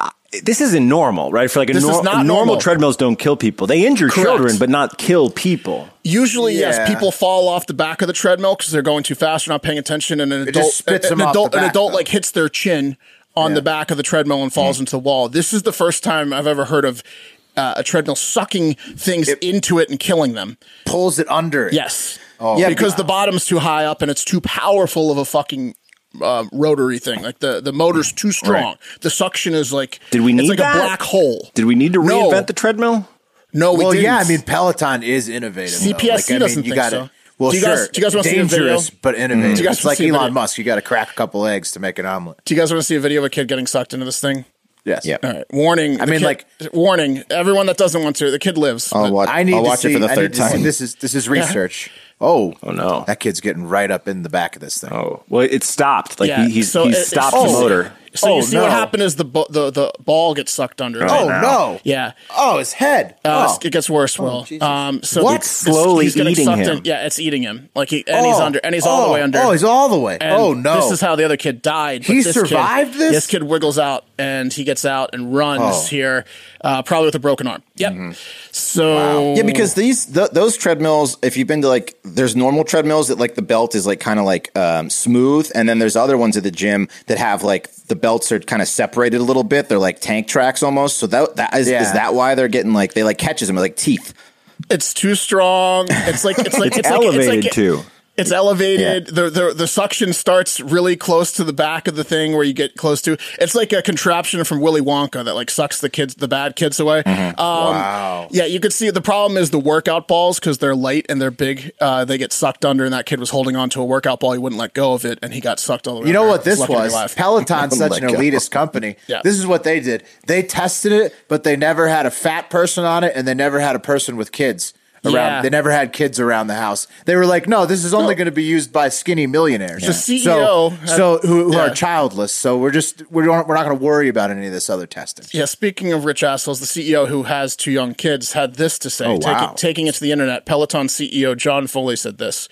[SPEAKER 4] this isn't normal, right? For like a
[SPEAKER 2] This is
[SPEAKER 4] nor-
[SPEAKER 2] not
[SPEAKER 4] normal,
[SPEAKER 2] normal.
[SPEAKER 4] treadmills don't kill people. They injure
[SPEAKER 2] Correct.
[SPEAKER 4] children, but not kill people.
[SPEAKER 2] Usually,
[SPEAKER 1] Yeah.
[SPEAKER 2] yes, people fall off the back of the treadmill because they're going too fast, or not paying attention, and an adult,
[SPEAKER 1] just spits
[SPEAKER 2] an,
[SPEAKER 1] them off the
[SPEAKER 2] adult, an
[SPEAKER 1] back,
[SPEAKER 2] adult
[SPEAKER 1] though. Hmm.
[SPEAKER 2] like hits their chin on the back of the treadmill and falls into the wall. This is the first time I've ever heard of uh, a treadmill sucking things into it and killing them.
[SPEAKER 1] Pulls it under. It.
[SPEAKER 2] Yes.
[SPEAKER 4] Oh.
[SPEAKER 3] Yeah,
[SPEAKER 2] because the bottom's too high up and it's too powerful of a fucking uh, rotary thing. Like the, the motor's too strong. The suction is like
[SPEAKER 4] Did we
[SPEAKER 2] it's
[SPEAKER 4] need
[SPEAKER 2] like
[SPEAKER 4] that?
[SPEAKER 2] a black hole.
[SPEAKER 4] Did we need to
[SPEAKER 2] No.
[SPEAKER 4] reinvent the treadmill?
[SPEAKER 2] No, we
[SPEAKER 1] Well,
[SPEAKER 2] didn't.
[SPEAKER 1] yeah, I mean Peloton is innovative. though.
[SPEAKER 2] CPSC
[SPEAKER 1] Like, I mean,
[SPEAKER 2] doesn't
[SPEAKER 1] you
[SPEAKER 2] think
[SPEAKER 1] gotta,
[SPEAKER 2] so.
[SPEAKER 1] Well,
[SPEAKER 2] Do you
[SPEAKER 1] sure.
[SPEAKER 2] guys- do you guys wanna see a video? Mm.
[SPEAKER 1] dangerous but innovative?
[SPEAKER 2] Do you guys
[SPEAKER 1] It's
[SPEAKER 2] wanna
[SPEAKER 1] like
[SPEAKER 2] see a
[SPEAKER 1] Elon
[SPEAKER 2] video?
[SPEAKER 1] Musk. You got to crack a couple eggs to make an omelet.
[SPEAKER 2] do you guys want to see a video of a kid getting sucked into this thing?
[SPEAKER 1] Yes.
[SPEAKER 3] Yep.
[SPEAKER 2] All right, warning. I
[SPEAKER 1] mean, like-
[SPEAKER 2] warning. Everyone that doesn't want to, the kid lives.
[SPEAKER 3] I'll
[SPEAKER 4] Oh,
[SPEAKER 2] But-
[SPEAKER 3] watch,
[SPEAKER 1] I need
[SPEAKER 3] I'll
[SPEAKER 1] to
[SPEAKER 3] watch
[SPEAKER 1] see,
[SPEAKER 3] it for the
[SPEAKER 1] I
[SPEAKER 3] third
[SPEAKER 1] need to see-
[SPEAKER 3] time.
[SPEAKER 1] this is this is research. Oh,
[SPEAKER 4] Oh, no.
[SPEAKER 1] that kid's getting right up in the back of this thing.
[SPEAKER 4] Oh, well, it stopped. Like he, he's,
[SPEAKER 2] so
[SPEAKER 4] he's
[SPEAKER 2] it- it's-
[SPEAKER 4] stopped
[SPEAKER 2] oh,
[SPEAKER 4] the motor.
[SPEAKER 2] So
[SPEAKER 1] Oh,
[SPEAKER 2] you see
[SPEAKER 1] no.
[SPEAKER 2] what happened is the bo- the the ball gets sucked under.
[SPEAKER 4] Oh,
[SPEAKER 1] Oh, no!
[SPEAKER 2] Yeah.
[SPEAKER 1] Oh, his head.
[SPEAKER 2] Uh,
[SPEAKER 1] oh.
[SPEAKER 2] It gets worse, Will. um, so
[SPEAKER 1] What?
[SPEAKER 4] It's slowly
[SPEAKER 2] getting
[SPEAKER 4] eating
[SPEAKER 2] sucked
[SPEAKER 4] him.
[SPEAKER 2] In. Yeah, it's eating him. Like he and he's
[SPEAKER 1] Oh.
[SPEAKER 2] under and he's all the
[SPEAKER 1] Oh.
[SPEAKER 2] way under.
[SPEAKER 1] Oh, he's all the way.
[SPEAKER 2] And
[SPEAKER 1] oh no!
[SPEAKER 2] This is how the other kid died. but
[SPEAKER 1] He
[SPEAKER 2] this kid-
[SPEAKER 1] survived this?
[SPEAKER 2] This kid wiggles out and he gets out and runs
[SPEAKER 1] Oh. Mm-hmm.
[SPEAKER 2] here, uh, probably with a broken arm. Yep. So
[SPEAKER 3] Yeah, because these th- those treadmills, if you've been to like, there's normal treadmills that like the belt is like kind of like um, smooth, and then there's other ones at the gym that have like the belts are kind of separated a little bit. They're like tank tracks almost. So that that is,
[SPEAKER 1] Yeah.
[SPEAKER 3] is that why they're getting like they like catches them like teeth.
[SPEAKER 2] it's too strong. It's like it's like it's like-
[SPEAKER 4] It's,
[SPEAKER 2] it's
[SPEAKER 4] elevated
[SPEAKER 2] like-
[SPEAKER 4] too.
[SPEAKER 2] It's elevated. The, the the suction starts really close to the back of the thing where you get close to. It's like a contraption from Willy Wonka that like sucks the kids, the bad kids away. Um,
[SPEAKER 1] Mm-hmm. Wow.
[SPEAKER 2] Yeah, you could see the problem is the workout balls because they're light and they're big. Uh, they get sucked under, and that kid was holding on to a workout ball. He wouldn't let go of it, and he got sucked all the way.
[SPEAKER 1] You know
[SPEAKER 2] under.
[SPEAKER 1] what
[SPEAKER 2] He's
[SPEAKER 1] this
[SPEAKER 2] lucky to be
[SPEAKER 1] was?
[SPEAKER 2] alive.
[SPEAKER 1] Peloton's such an
[SPEAKER 3] God.
[SPEAKER 1] elitist company.
[SPEAKER 2] Yeah.
[SPEAKER 1] This is what they did. They tested it, but they never had a fat person on it, and they never had a person with kids around.
[SPEAKER 2] Yeah.
[SPEAKER 1] They never had kids around the house. They were like, no, this is only going to be used by skinny millionaires.
[SPEAKER 2] The
[SPEAKER 1] so,
[SPEAKER 2] CEO E had-
[SPEAKER 1] so who, who
[SPEAKER 2] yeah.
[SPEAKER 1] are childless. So we're just we're not, we're not going to worry about any of this other testing.
[SPEAKER 2] Yeah, speaking of rich assholes, the CEO who has two young kids had this to say.
[SPEAKER 1] Oh,
[SPEAKER 2] Taking-
[SPEAKER 1] wow.
[SPEAKER 2] taking it to the internet, Peloton CEO John Foley said this.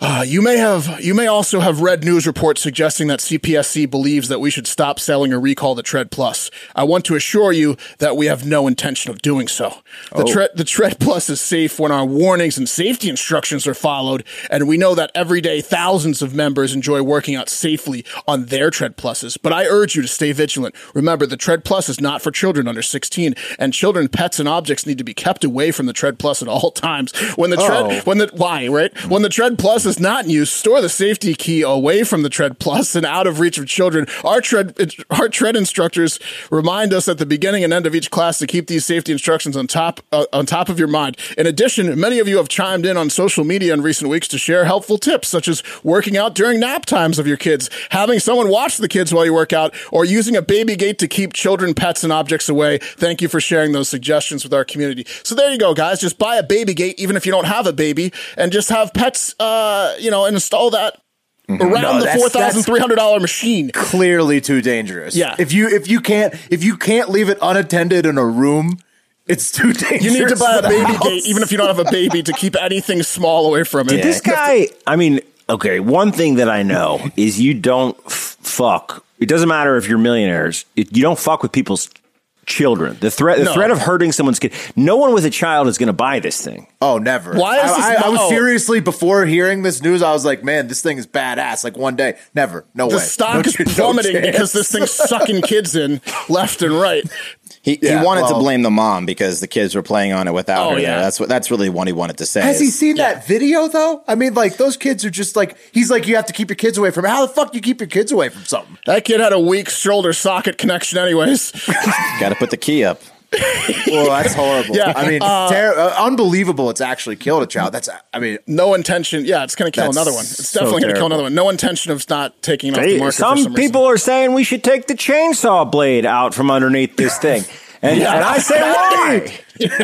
[SPEAKER 2] Uh, you may have, you may also have read news reports suggesting that CPSC believes that we should stop selling or recall the Tread Plus. I want to assure you that we have no intention of doing so. The, Tread, the Tread Plus is safe when our warnings and safety instructions are followed, and we know that every day thousands of members enjoy working out safely on their Tread Pluses. But I urge you to stay vigilant. Remember, the Tread Plus is not for children under 16, and children, pets, and objects need to be kept away from the Tread Plus at all times. When the Tread,
[SPEAKER 4] Oh.
[SPEAKER 2] when the why right when the tread plus is not in use store the safety key away from the tread plus and out of reach of children our tread our tread instructors remind us at the beginning and end of each class to keep these safety instructions on top uh, on top of your mind in addition many of you have chimed in on social media in recent weeks to share helpful tips such as working out during nap times of your kids having someone watch the kids while you work out or using a baby gate to keep children pets and objects away thank you for sharing those suggestions with our community so there you go guys just buy a baby gate even if you don't have a baby and just have pets uh you know install that around
[SPEAKER 1] Mm-hmm. No,
[SPEAKER 2] the
[SPEAKER 1] that's-
[SPEAKER 2] four thousand three hundred dollar machine
[SPEAKER 1] Clearly too dangerous.
[SPEAKER 2] Yeah.
[SPEAKER 1] If you if you can't if you can't leave it unattended in a room, it's too dangerous.
[SPEAKER 2] you need to
[SPEAKER 1] for
[SPEAKER 2] buy a
[SPEAKER 1] the
[SPEAKER 2] baby
[SPEAKER 1] house.
[SPEAKER 2] gate even if you don't have a baby to keep anything small away from it
[SPEAKER 4] This guy, I mean, okay, one thing that I know is you don't f- fuck. It doesn't matter if you're millionaires. It, you don't fuck with people's children. The threat, the
[SPEAKER 2] No.
[SPEAKER 4] threat of hurting someone's kid. No one with a child is going to buy this thing.
[SPEAKER 1] Oh, never.
[SPEAKER 2] Why is
[SPEAKER 1] I,
[SPEAKER 2] this
[SPEAKER 1] I, I
[SPEAKER 2] not-
[SPEAKER 1] was seriously before hearing this news. I was like, man, this thing is badass. Like one day, never, no
[SPEAKER 2] The
[SPEAKER 1] way.
[SPEAKER 2] stock
[SPEAKER 1] No
[SPEAKER 2] is
[SPEAKER 1] ch- no
[SPEAKER 2] plummeting
[SPEAKER 1] chance.
[SPEAKER 2] because this thing's sucking kids in left and right.
[SPEAKER 3] He,
[SPEAKER 1] Yeah,
[SPEAKER 3] he wanted to
[SPEAKER 1] well-
[SPEAKER 3] blame the mom because the kids were playing on it without
[SPEAKER 2] Oh,
[SPEAKER 3] her.
[SPEAKER 2] yeah.
[SPEAKER 3] Yeah. That's what that's really what he wanted to say.
[SPEAKER 1] Has he
[SPEAKER 3] is-
[SPEAKER 1] seen that video though? I mean, like those kids are just like he's like you have to keep your kids away from. How the fuck do you keep your kids away from something?
[SPEAKER 2] That kid had a weak shoulder socket connection, anyways.
[SPEAKER 3] Gotta put the key up.
[SPEAKER 1] Well, that's horrible.
[SPEAKER 2] Yeah,
[SPEAKER 1] I mean,
[SPEAKER 2] uh,
[SPEAKER 1] ter- uh, unbelievable. It's actually killed a child. That's I mean,
[SPEAKER 2] No intention. Yeah, it's going to kill
[SPEAKER 1] That's
[SPEAKER 2] another one. It's
[SPEAKER 4] so
[SPEAKER 2] definitely going to kill
[SPEAKER 4] terrible.
[SPEAKER 2] another one. No intention of not taking it off
[SPEAKER 4] They-
[SPEAKER 2] the market.
[SPEAKER 4] some,
[SPEAKER 2] for some reason.
[SPEAKER 4] people are saying we should take the chainsaw blade out from underneath this thing. And, and I say why?
[SPEAKER 1] I say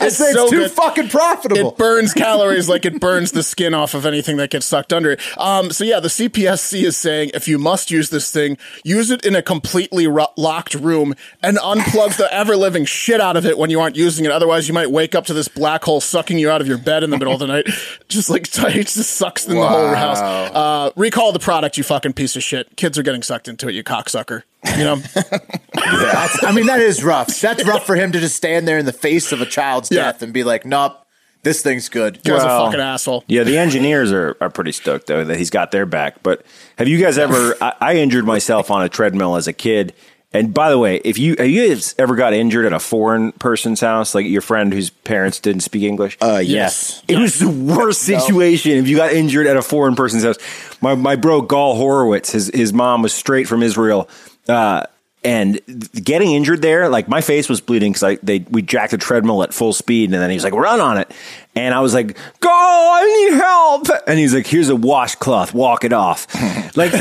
[SPEAKER 1] it's
[SPEAKER 2] so
[SPEAKER 1] too
[SPEAKER 2] good.
[SPEAKER 1] fucking profitable.
[SPEAKER 2] It burns calories like it burns the skin off of anything that gets sucked under it. Um, so yeah, the CPSC is saying if you must use this thing, use it in a completely ro- locked room and unplug the ever living shit out of it when you aren't using it. Otherwise, you might wake up to this black hole sucking you out of your bed in the middle of the night, just like it just sucks in the whole house. Uh, recall the product, you fucking piece of shit. Kids are getting sucked into it, you cocksucker. You know,
[SPEAKER 1] That's, I mean, that is rough. That's rough for him to just stand there in the face of a child's
[SPEAKER 2] Yeah.
[SPEAKER 1] death and be like, nope, this thing's good.
[SPEAKER 2] he was a
[SPEAKER 4] Well,
[SPEAKER 2] fucking asshole.
[SPEAKER 4] Yeah, the engineers are, are pretty stoked though that he's got their back. But have you guys ever? I, I injured myself on a treadmill as a kid. And by the way, if you have you guys ever got injured at a foreign person's house, like your friend whose parents didn't speak English?
[SPEAKER 3] Uh, yes.
[SPEAKER 4] It was the worst situation if you got injured at a foreign person's house. My my bro Gal Horowitz, his his mom was straight from Israel, uh, and th- getting injured there, like my face was bleeding because I they we jacked a treadmill at full speed, and then he was like, "Run on it," and I was like, "Gal, I need help," and he's like, "Here's a washcloth, walk it off." like,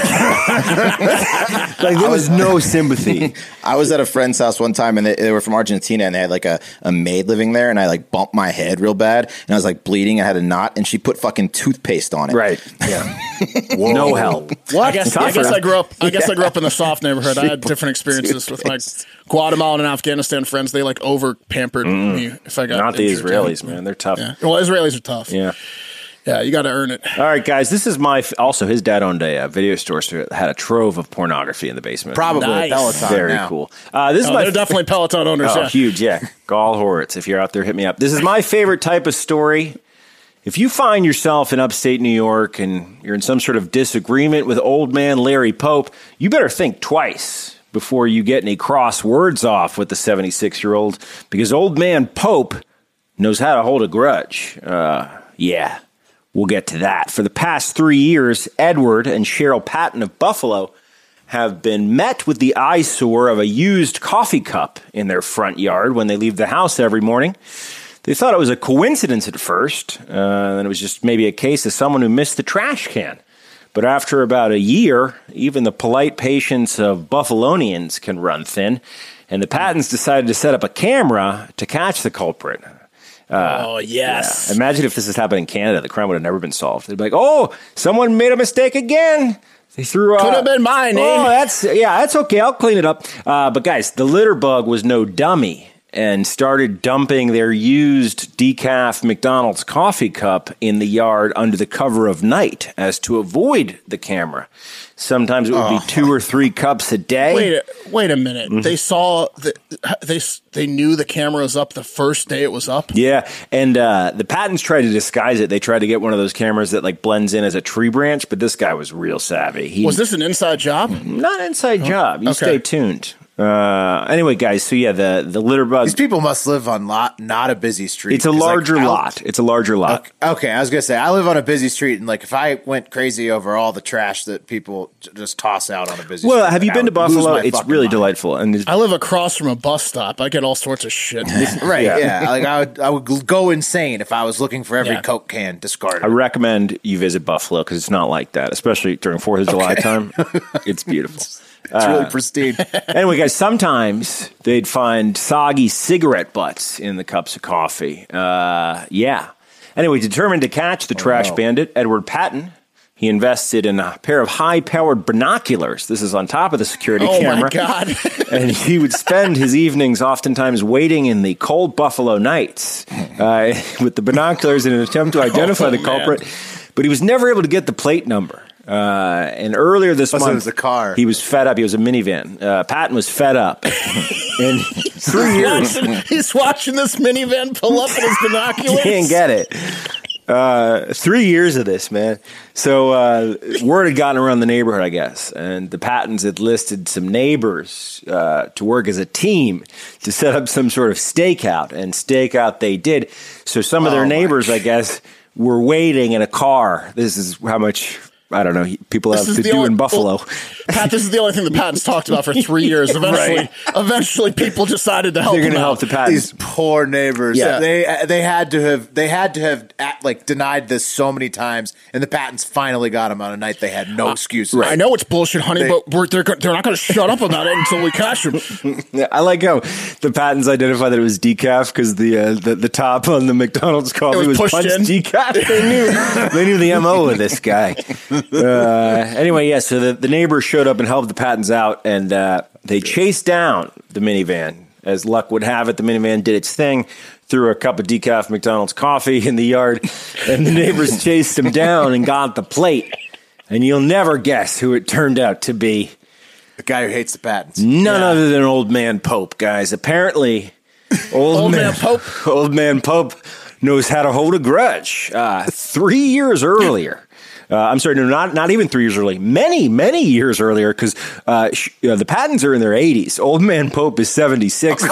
[SPEAKER 4] like there was no sympathy.
[SPEAKER 3] I was at a friend's house one time and they, they were from Argentina and they had like a, a maid living there and I like bumped my head real bad and I was like bleeding. I had a knot and she put fucking toothpaste on it.
[SPEAKER 4] Yeah. No help.
[SPEAKER 2] What? I guess, I
[SPEAKER 4] Tougher.
[SPEAKER 2] guess I grew up. I guess I grew up in the soft neighborhood. I had different experiences with my Guatemalan and Afghanistan friends. They like over pampered me if I got
[SPEAKER 4] Mm. Not the
[SPEAKER 2] injured.
[SPEAKER 4] Israelis, man. They're tough.
[SPEAKER 2] Yeah. Well, Israelis are tough.
[SPEAKER 4] yeah.
[SPEAKER 2] yeah. You got to earn it.
[SPEAKER 4] All right, guys. This is my f- also his dad owned a uh, video store, so it had a trove of pornography in the basement.
[SPEAKER 1] Probably
[SPEAKER 2] Nice.
[SPEAKER 1] Peloton
[SPEAKER 4] very
[SPEAKER 1] now.
[SPEAKER 4] cool. Uh, this is
[SPEAKER 2] No,
[SPEAKER 4] my
[SPEAKER 2] Oh, they're definitely Peloton owners.
[SPEAKER 4] oh,
[SPEAKER 2] yeah.
[SPEAKER 4] huge, yeah. Gall Horowitz, if you're out there, hit me up. This is my favorite type of story. If you find yourself in upstate New York and you're in some sort of disagreement with old man Larry Pope, you better think twice before you get any cross words off with the 76 year old because old man Pope knows how to hold a grudge. Uh, yeah, we'll get to that. For the past three years, Edward and Cheryl Patton of Buffalo have been met with the eyesore of a used coffee cup in their front yard when they leave the house every morning. They thought it was a coincidence at first, uh, and it was just maybe a case of someone who missed the trash can. But after about a year, even the polite patience of Buffalonians can run thin, and the Pattons decided to set up a camera to catch the culprit.
[SPEAKER 2] Oh yes.
[SPEAKER 4] Imagine if this had happened in Canada, the crime would have never been solved. They'd be like, "Oh, someone made a mistake again." They threw.
[SPEAKER 2] Could
[SPEAKER 4] uh,
[SPEAKER 2] have been mine, eh?
[SPEAKER 4] Oh, that's yeah, that's okay. I'll clean it up. Uh, but guys, the litter bug was no dummy and started dumping their used decaf McDonald's coffee cup in the yard under the cover of night, as to avoid the camera. Sometimes it would be two or three cups a day.
[SPEAKER 2] Oh. Wait, a- wait a minute.
[SPEAKER 4] Mm-hmm.
[SPEAKER 2] They saw the, they s- they knew the camera was up the first day it was up.
[SPEAKER 4] Yeah, and uh, the patents tried to disguise it. They tried to get one of those cameras that like blends in as a tree branch, but this guy was real savvy. He
[SPEAKER 2] Was this an inside job?
[SPEAKER 4] not an
[SPEAKER 1] Oh,
[SPEAKER 4] inside job. You
[SPEAKER 2] okay.
[SPEAKER 4] stay tuned. Uh, anyway, guys. So yeah, the the litter bug.
[SPEAKER 1] These people must live on lot, not a busy street.
[SPEAKER 4] It's a
[SPEAKER 1] 'Cause, like,
[SPEAKER 4] larger
[SPEAKER 1] out-
[SPEAKER 4] lot. It's a larger lot.
[SPEAKER 1] Okay, I was gonna say I live on a busy street, and like if I went crazy over all the trash that people j- just toss out on a busy,
[SPEAKER 4] Well,
[SPEAKER 1] street,
[SPEAKER 4] have you
[SPEAKER 1] I
[SPEAKER 4] been to
[SPEAKER 1] would lose
[SPEAKER 4] Buffalo?
[SPEAKER 1] my
[SPEAKER 4] It's
[SPEAKER 1] fucking
[SPEAKER 4] really
[SPEAKER 1] mind. Uh,
[SPEAKER 4] delightful, and it's,
[SPEAKER 2] I live across from a bus stop. I get all sorts of shit.
[SPEAKER 1] Right? Yeah. like I would, I would gl- go insane if I was looking for every
[SPEAKER 2] Yeah.
[SPEAKER 1] Coke can discarded.
[SPEAKER 4] I recommend you visit Buffalo because it's not like that, especially during Fourth of July time. It's beautiful.
[SPEAKER 1] it's really pristine.
[SPEAKER 4] anyway, guys, sometimes they'd find soggy cigarette butts in the cups of coffee. Uh, yeah. Anyway, determined to catch
[SPEAKER 2] Oh,
[SPEAKER 4] the trash bandit, Edward Patton. He invested in a pair of high powered binoculars. This is on top of the security
[SPEAKER 2] oh
[SPEAKER 4] camera
[SPEAKER 2] my god.
[SPEAKER 4] and he would spend his evenings oftentimes waiting in the cold Buffalo nights uh, with the binoculars in an attempt to identify the
[SPEAKER 2] man.
[SPEAKER 4] culprit. but he was never able to get the plate number. Uh, and earlier this
[SPEAKER 1] Plus it
[SPEAKER 4] month,
[SPEAKER 1] was a car.
[SPEAKER 4] He was fed up. He was a minivan. Uh, Patton was fed up. and three years
[SPEAKER 2] Watching, he's watching this minivan pull up in his binoculars.
[SPEAKER 4] can't get it. Uh, three years of this, man. So uh, word had gotten around the neighborhood, I guess, and the Pattons had listed some neighbors uh, to work as a team to set up some sort of stakeout, and stakeout they did. So some
[SPEAKER 2] Oh
[SPEAKER 4] of their neighbors, I guess, were waiting in a car. This is how much I don't know people
[SPEAKER 2] This
[SPEAKER 4] have
[SPEAKER 2] is
[SPEAKER 4] to
[SPEAKER 2] the
[SPEAKER 4] do
[SPEAKER 2] only-
[SPEAKER 4] in Buffalo.
[SPEAKER 2] well, Pat, this is the only thing the patents talked about for three years. Eventually, eventually, people decided to help.
[SPEAKER 4] They're going
[SPEAKER 2] him
[SPEAKER 4] to
[SPEAKER 2] out.
[SPEAKER 4] help the Pattons.
[SPEAKER 1] These poor neighbors.
[SPEAKER 4] Yeah.
[SPEAKER 1] They they had to have they had to have at, like denied this so many times, and the patents finally got them on a night they had no
[SPEAKER 4] Uh,
[SPEAKER 1] excuses.
[SPEAKER 2] I know it's bullshit, honey,
[SPEAKER 1] They-
[SPEAKER 2] but we're, they're go- they're not going to shut up about it until we catch them.
[SPEAKER 4] Yeah, I like how the patents identified that it was decaf because the, uh, the the top on the McDonald's coffee
[SPEAKER 2] was
[SPEAKER 4] was,
[SPEAKER 2] pushed
[SPEAKER 4] punched
[SPEAKER 2] in.
[SPEAKER 4] decaf. They knew they knew the mo of this guy. Uh, anyway, yeah. So the, the neighbors showed up and helped the patents out, and uh, they chased down the minivan. As luck would have it, the minivan did its thing, threw a cup of decaf McDonald's coffee in the yard, and the neighbors chased him down and got the plate. And you'll never guess who it turned out to be.
[SPEAKER 1] The guy who hates the patents.
[SPEAKER 4] None other than Old Man Pope, guys. Apparently, Old,
[SPEAKER 2] Old Man
[SPEAKER 4] man,
[SPEAKER 2] Pope.
[SPEAKER 4] Old Man Pope knows how to hold a grudge. Uh, three years earlier. Uh, I'm sorry, no, not not even three years early. Many, many years earlier, because uh, sh- uh, the Pattons are in their 80s. Old Man Pope is 76.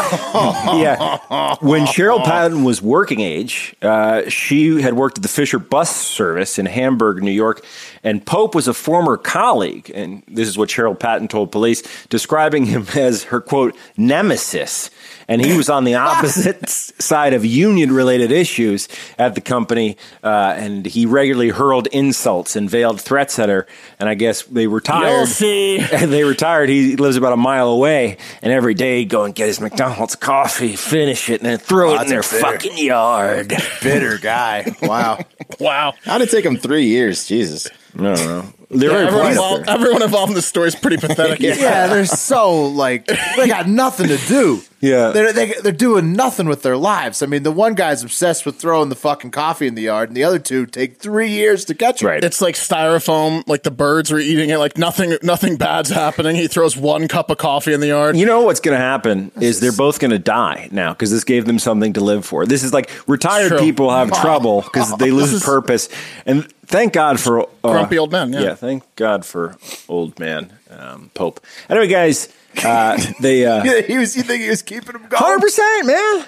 [SPEAKER 4] yeah, when Cheryl Patton was working age, uh, she had worked at the Fisher Bus Service in Hamburg, New York, and Pope was a former colleague. And this is what Cheryl Patton told police, describing him as her quote nemesis. And he was on the opposite s- side of union related issues at the company. Uh, and he regularly hurled insults and veiled threats at her. And I guess they retired.
[SPEAKER 2] You'll see.
[SPEAKER 4] And they retired. He lives about a mile away, and every day he'd go and get his McDonald's coffee, finish it, and then throw it in
[SPEAKER 1] that's
[SPEAKER 4] their
[SPEAKER 1] bitter.
[SPEAKER 4] fucking yard.
[SPEAKER 1] Bitter guy. Wow.
[SPEAKER 2] Wow.
[SPEAKER 3] How did it take him three years? Jesus.
[SPEAKER 4] I don't know. They're very
[SPEAKER 2] Everyone
[SPEAKER 4] polite up
[SPEAKER 2] involved,
[SPEAKER 4] there.
[SPEAKER 2] everyone involved in this story is pretty pathetic.
[SPEAKER 1] yeah, they're so like they got nothing to do.
[SPEAKER 4] Yeah.
[SPEAKER 1] they're they, they're doing nothing with their lives. I mean, the one guy's obsessed with throwing the fucking coffee in the yard, and the other two take three years to catch it.
[SPEAKER 4] Right.
[SPEAKER 2] It's like styrofoam, like the birds were eating it, like nothing nothing bad's happening. He throws one cup of coffee in the yard.
[SPEAKER 4] You know what's going to happen is they're both going to die now because this gave them something to live for. This is like retired
[SPEAKER 2] True.
[SPEAKER 4] people have trouble because they lose
[SPEAKER 2] is-
[SPEAKER 4] purpose. And thank God for uh,
[SPEAKER 2] Grumpy old man, yeah.
[SPEAKER 4] thank God for old man um, Pope. Anyway, guys, uh, they uh,
[SPEAKER 1] Yeah, he was. You think he was keeping him going?
[SPEAKER 4] hundred percent, man.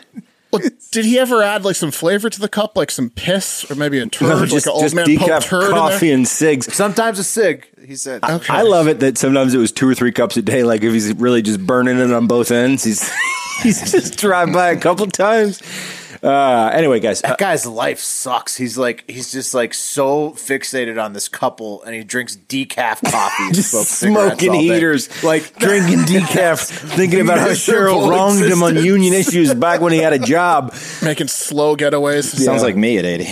[SPEAKER 2] Well, did he ever add like some flavor to the cup, like some piss or maybe a turd,
[SPEAKER 4] No,
[SPEAKER 2] like
[SPEAKER 4] just,
[SPEAKER 2] an old
[SPEAKER 4] just
[SPEAKER 2] man
[SPEAKER 4] decaf
[SPEAKER 2] Pope turd? in there?
[SPEAKER 4] coffee and cigs.
[SPEAKER 1] Sometimes a sig. He said.
[SPEAKER 4] I love it that sometimes it was two or three cups a day. Like if he's really just burning it on both ends, he's he's just drive by a couple times. Uh, anyway, guys, uh,
[SPEAKER 1] That guy's life sucks. He's like he's just like so fixated on this couple, and he drinks decaf coffee, and
[SPEAKER 4] just
[SPEAKER 1] smokes cigarettes
[SPEAKER 4] smoking
[SPEAKER 1] all day.
[SPEAKER 4] heaters, like drinking decaf, thinking about how Cheryl
[SPEAKER 1] miserable
[SPEAKER 4] wronged him on union issues back when he had a job.
[SPEAKER 2] Making slow getaways.
[SPEAKER 3] Sounds like me at 80.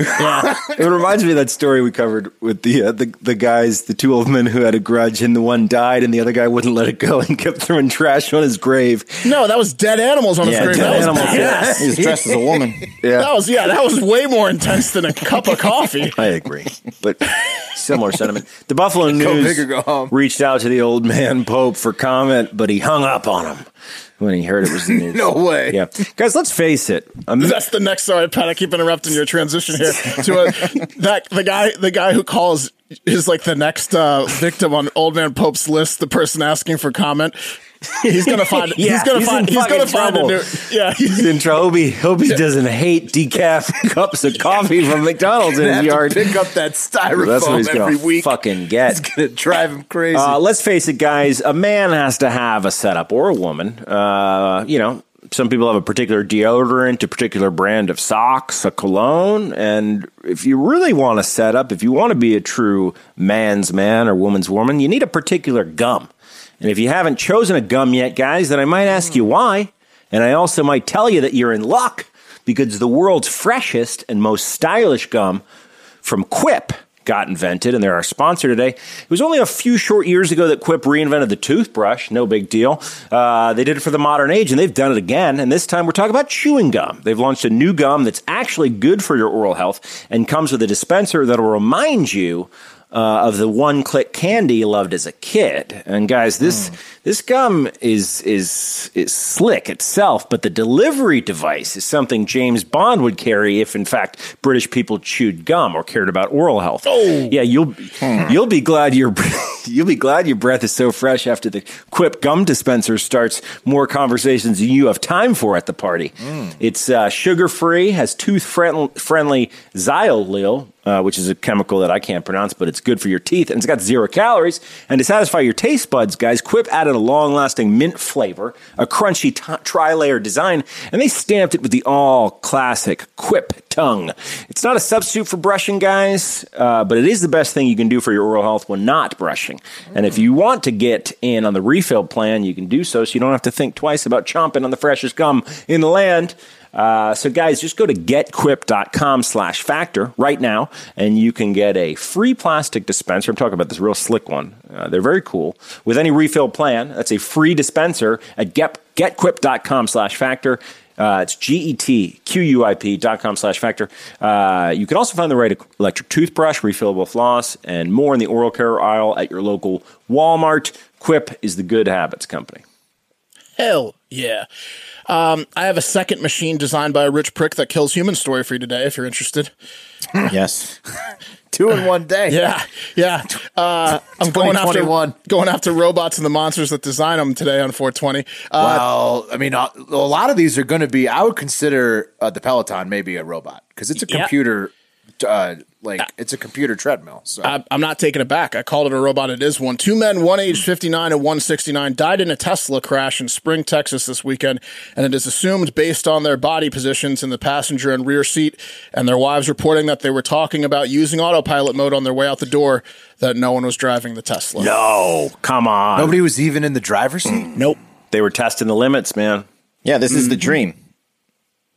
[SPEAKER 4] It reminds me of that story we covered with the uh, the the guys, the two old men who had a grudge, and the one died, and the other guy wouldn't let it go and kept throwing trash on his grave.
[SPEAKER 2] No, that was dead animals on his
[SPEAKER 4] Yeah,
[SPEAKER 2] grave.
[SPEAKER 4] dead
[SPEAKER 2] That was
[SPEAKER 4] animals,
[SPEAKER 2] bad.
[SPEAKER 4] yeah.
[SPEAKER 3] He was dressed as a woman.
[SPEAKER 2] That was yeah, that was way more intense than a cup of coffee.
[SPEAKER 4] I agree, but similar sentiment. The Buffalo
[SPEAKER 1] big or go home.
[SPEAKER 4] News reached out to the old man Pope for comment, but he hung up on him when he heard it was the news.
[SPEAKER 1] No way.
[SPEAKER 4] Yeah, guys, let's face it. I'm,
[SPEAKER 2] That's the next. Sorry, Pat. I keep interrupting your transition here. To a, that the guy, the guy who calls is like the next uh, victim on Old Man Pope's list. The person asking for comment. He's gonna find.
[SPEAKER 4] Yeah,
[SPEAKER 2] he's gonna
[SPEAKER 4] he's
[SPEAKER 2] find.
[SPEAKER 4] in
[SPEAKER 2] He's gonna
[SPEAKER 4] fucking
[SPEAKER 2] find a
[SPEAKER 4] trouble.
[SPEAKER 2] new. Yeah, he's
[SPEAKER 4] he's in trouble. Hope he, hope he doesn't hate decaf cups of coffee from McDonald's in
[SPEAKER 1] Gonna have
[SPEAKER 4] his yard.
[SPEAKER 1] to pick up that styrofoam
[SPEAKER 4] That's what he's
[SPEAKER 1] every
[SPEAKER 4] gonna
[SPEAKER 1] week.
[SPEAKER 4] fucking get.
[SPEAKER 1] It's gonna drive him crazy.
[SPEAKER 4] Uh, let's face it, guys. A man has to have a setup, or a woman. Uh, you know, some people have a particular deodorant, a particular brand of socks, a cologne, and if you really want a setup, if you want to be a true man's man or woman's woman, you need a particular gum. And if you haven't chosen a gum yet, guys, then I might ask you why, and I also might tell you that you're in luck because the world's freshest and most stylish gum from Quip got invented, and they're our sponsor today. It was only a few short years ago that Quip reinvented the toothbrush. No big deal. Uh, they did it for the modern age, and they've done it again. And this time, we're talking about chewing gum. They've launched a new gum that's actually good for your oral health and comes with a dispenser that'll remind you uh, of the one click candy you loved as a kid. And guys, this this gum is is is slick itself, but the delivery device is something James Bond would carry if, in fact, British people chewed gum or cared about oral health. Oh, yeah, you'll you'll be glad your you'll be glad your breath is so fresh after the Quip gum dispenser starts more conversations than you have time for at the party. It's uh, sugar free, has tooth friendly, friendly xylitol, uh, which is a chemical that I can't pronounce, but it's good for your teeth and it's got zero calories. And to satisfy your taste buds, guys, Quip added a long lasting mint flavor, a crunchy t- tri layer design, and they stamped it with the all classic Quip tongue. It's not a substitute for brushing, guys, uh, but it is the best thing you can do for your oral health when not brushing. And if you want to get in on the refill plan, you can do so so you don't have to think twice about chomping on the freshest gum in the land. Uh, so guys, just go to getquip.com slash factor right now, and you can get a free plastic dispenser. I'm talking about this real slick one. Uh, they're very cool. With any refill plan, that's a free dispenser at get, getquip.com slash factor. Uh, it's G-E-T-Q-U-I-P dot com slash factor. Uh, you can also find the right electric toothbrush, refillable floss, and more in the oral care aisle at your local Walmart. Quip is the good habits company.
[SPEAKER 2] Hell yeah. Um, I have a second machine designed by a rich prick that kills human story for you today if you're interested.
[SPEAKER 3] Yes.
[SPEAKER 1] Two in one day.
[SPEAKER 2] Yeah, yeah. Uh, I'm going after
[SPEAKER 1] 2021.
[SPEAKER 2] going after robots and the monsters that design them today on 420. Uh,
[SPEAKER 1] Well, I mean, a, a lot of these are going to be. I would consider uh, the Peloton maybe a robot because it's a
[SPEAKER 2] Yeah.
[SPEAKER 1] computer, uh, like it's a computer treadmill. So
[SPEAKER 2] I, I'm not taking it back. I called it a robot. It is one. Two men, one age 59 and one 69, died in a Tesla crash in Spring, Texas this weekend, and it is assumed based on their body positions in the passenger and rear seat and their wives reporting that they were talking about using autopilot mode on their way out the door that no one was driving the Tesla.
[SPEAKER 4] No, Oh, come on.
[SPEAKER 1] nobody was even in the driver's seat.
[SPEAKER 2] Nope.
[SPEAKER 4] They were testing the limits, man.
[SPEAKER 3] Yeah, this
[SPEAKER 2] Mm-hmm.
[SPEAKER 3] is the dream.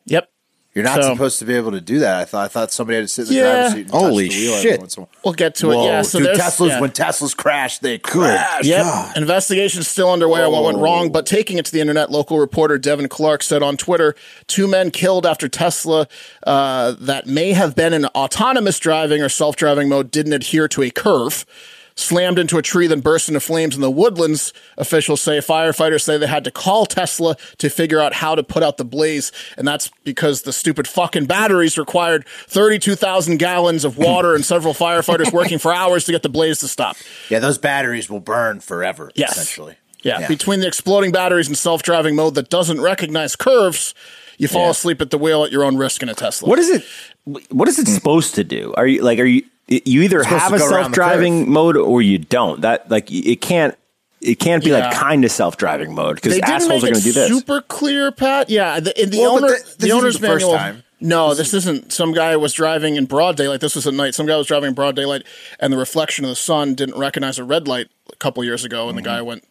[SPEAKER 2] Yep.
[SPEAKER 1] You're not
[SPEAKER 2] So-
[SPEAKER 1] supposed to be able to do that. I thought. I thought somebody had to sit in the
[SPEAKER 2] Yeah.
[SPEAKER 1] driver's seat. And touch
[SPEAKER 3] Holy
[SPEAKER 1] the wheel every
[SPEAKER 3] shit.
[SPEAKER 1] once in a while.
[SPEAKER 2] We'll get to it.
[SPEAKER 1] Whoa,
[SPEAKER 2] Yeah. So
[SPEAKER 1] dude,
[SPEAKER 2] there's
[SPEAKER 1] Teslas
[SPEAKER 2] yeah.
[SPEAKER 1] when Teslas crash, they crash.
[SPEAKER 2] Yep. Investigation's still underway on what went wrong, but taking it to the internet, local reporter Devin Clark said on Twitter two men killed after Tesla uh, that may have been in autonomous driving or self driving mode didn't adhere to a curve. Slammed into a tree, then burst into flames in the woodlands. Officials say firefighters say they had to call Tesla to figure out how to put out the blaze, and that's because the stupid fucking batteries required thirty-two thousand gallons of water and several firefighters working for hours to get the blaze to stop.
[SPEAKER 1] Yeah, those batteries will burn forever.
[SPEAKER 2] Yes.
[SPEAKER 1] essentially.
[SPEAKER 2] Yeah.
[SPEAKER 1] Yeah.
[SPEAKER 2] Between the exploding batteries and self driving mode that doesn't recognize curves, you fall asleep at the wheel at your own risk in a Tesla.
[SPEAKER 4] What is it? What is it supposed to do? Are you like are you? You either
[SPEAKER 1] supposed
[SPEAKER 4] have
[SPEAKER 1] to
[SPEAKER 4] a
[SPEAKER 1] go around the
[SPEAKER 4] self-driving mode or you don't. That like it can't. It can't be like
[SPEAKER 2] Yeah.
[SPEAKER 4] kind of self-driving mode because
[SPEAKER 2] They didn't
[SPEAKER 4] assholes
[SPEAKER 2] make
[SPEAKER 4] are
[SPEAKER 2] it
[SPEAKER 4] going to do this.
[SPEAKER 2] super clear, Pat. Yeah. The, in the
[SPEAKER 1] Well, but
[SPEAKER 2] owner,
[SPEAKER 1] th- this
[SPEAKER 2] the
[SPEAKER 1] isn't
[SPEAKER 2] owner's
[SPEAKER 1] the first
[SPEAKER 2] manual.
[SPEAKER 1] time.
[SPEAKER 2] No, this isn't. Some guy was driving in broad daylight. This was at night. Some guy was driving in broad daylight, and the reflection of the sun didn't recognize a red light a couple years ago, and the guy went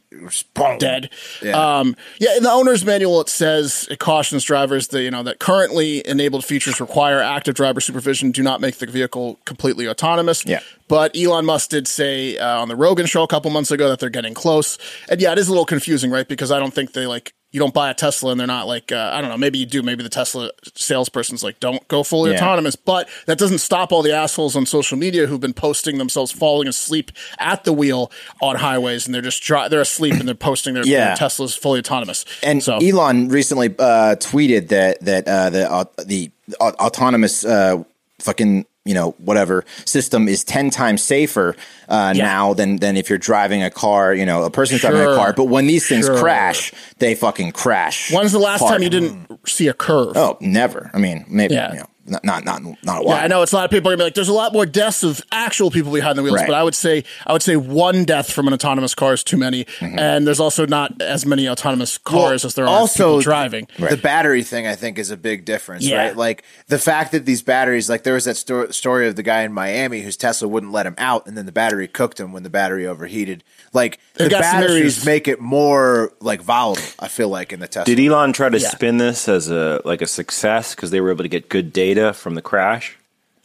[SPEAKER 1] Boom.
[SPEAKER 2] dead. Yeah. Um, yeah, in the owner's manual, it says it cautions drivers that you know that currently enabled features require active driver supervision, do not make the vehicle completely autonomous.
[SPEAKER 3] Yeah.
[SPEAKER 2] But Elon Musk did say uh, on the Rogan show a couple months ago that they're getting close, and yeah, it is a little confusing, right? Because I don't think they like you don't buy a Tesla and they're not like uh, I don't know, maybe you do, maybe the Tesla salesperson's like don't go fully
[SPEAKER 3] Yeah.
[SPEAKER 2] autonomous, but that doesn't stop all the assholes on social media who've been posting themselves falling asleep at the wheel on highways and they're just dry, they're asleep and they're posting their
[SPEAKER 3] Yeah.
[SPEAKER 2] yeah. Tesla's fully autonomous.
[SPEAKER 3] And
[SPEAKER 2] so
[SPEAKER 3] Elon recently uh, tweeted that that uh, the au- the au- autonomous uh, fucking you know whatever system is ten times safer uh,
[SPEAKER 2] Yeah.
[SPEAKER 3] now than than if you're driving a car. You know, a person's driving a
[SPEAKER 2] Sure.
[SPEAKER 3] car. But when these things
[SPEAKER 2] Sure.
[SPEAKER 3] crash, they fucking crash.
[SPEAKER 2] when's the last
[SPEAKER 3] hard.
[SPEAKER 2] time you didn't see a curve?
[SPEAKER 3] Oh, never. I mean, maybe
[SPEAKER 2] Yeah.
[SPEAKER 3] you know, not not not not a
[SPEAKER 2] Yeah,
[SPEAKER 3] while.
[SPEAKER 2] I know it's a lot of people are gonna be like, there's a lot more deaths of actual people behind the wheels,
[SPEAKER 3] Right.
[SPEAKER 2] but I would say I would say one death from an autonomous car is too many,
[SPEAKER 3] Mm-hmm.
[SPEAKER 2] and there's also not as many autonomous cars as there are people driving.
[SPEAKER 1] The battery thing, I think, is a big difference,
[SPEAKER 2] Yeah.
[SPEAKER 1] right? Like the fact that these batteries, like there was that sto- story of the guy in Miami whose Tesla wouldn't let him out, and then the battery cooked him when the battery overheated. Like
[SPEAKER 2] They've
[SPEAKER 1] the
[SPEAKER 2] got some
[SPEAKER 1] batteries
[SPEAKER 2] issues.
[SPEAKER 1] make it more like volatile. I feel like in the Tesla.
[SPEAKER 4] Did Elon try to
[SPEAKER 2] Yeah.
[SPEAKER 4] spin this as a like a success because they were able to get good data from the crash?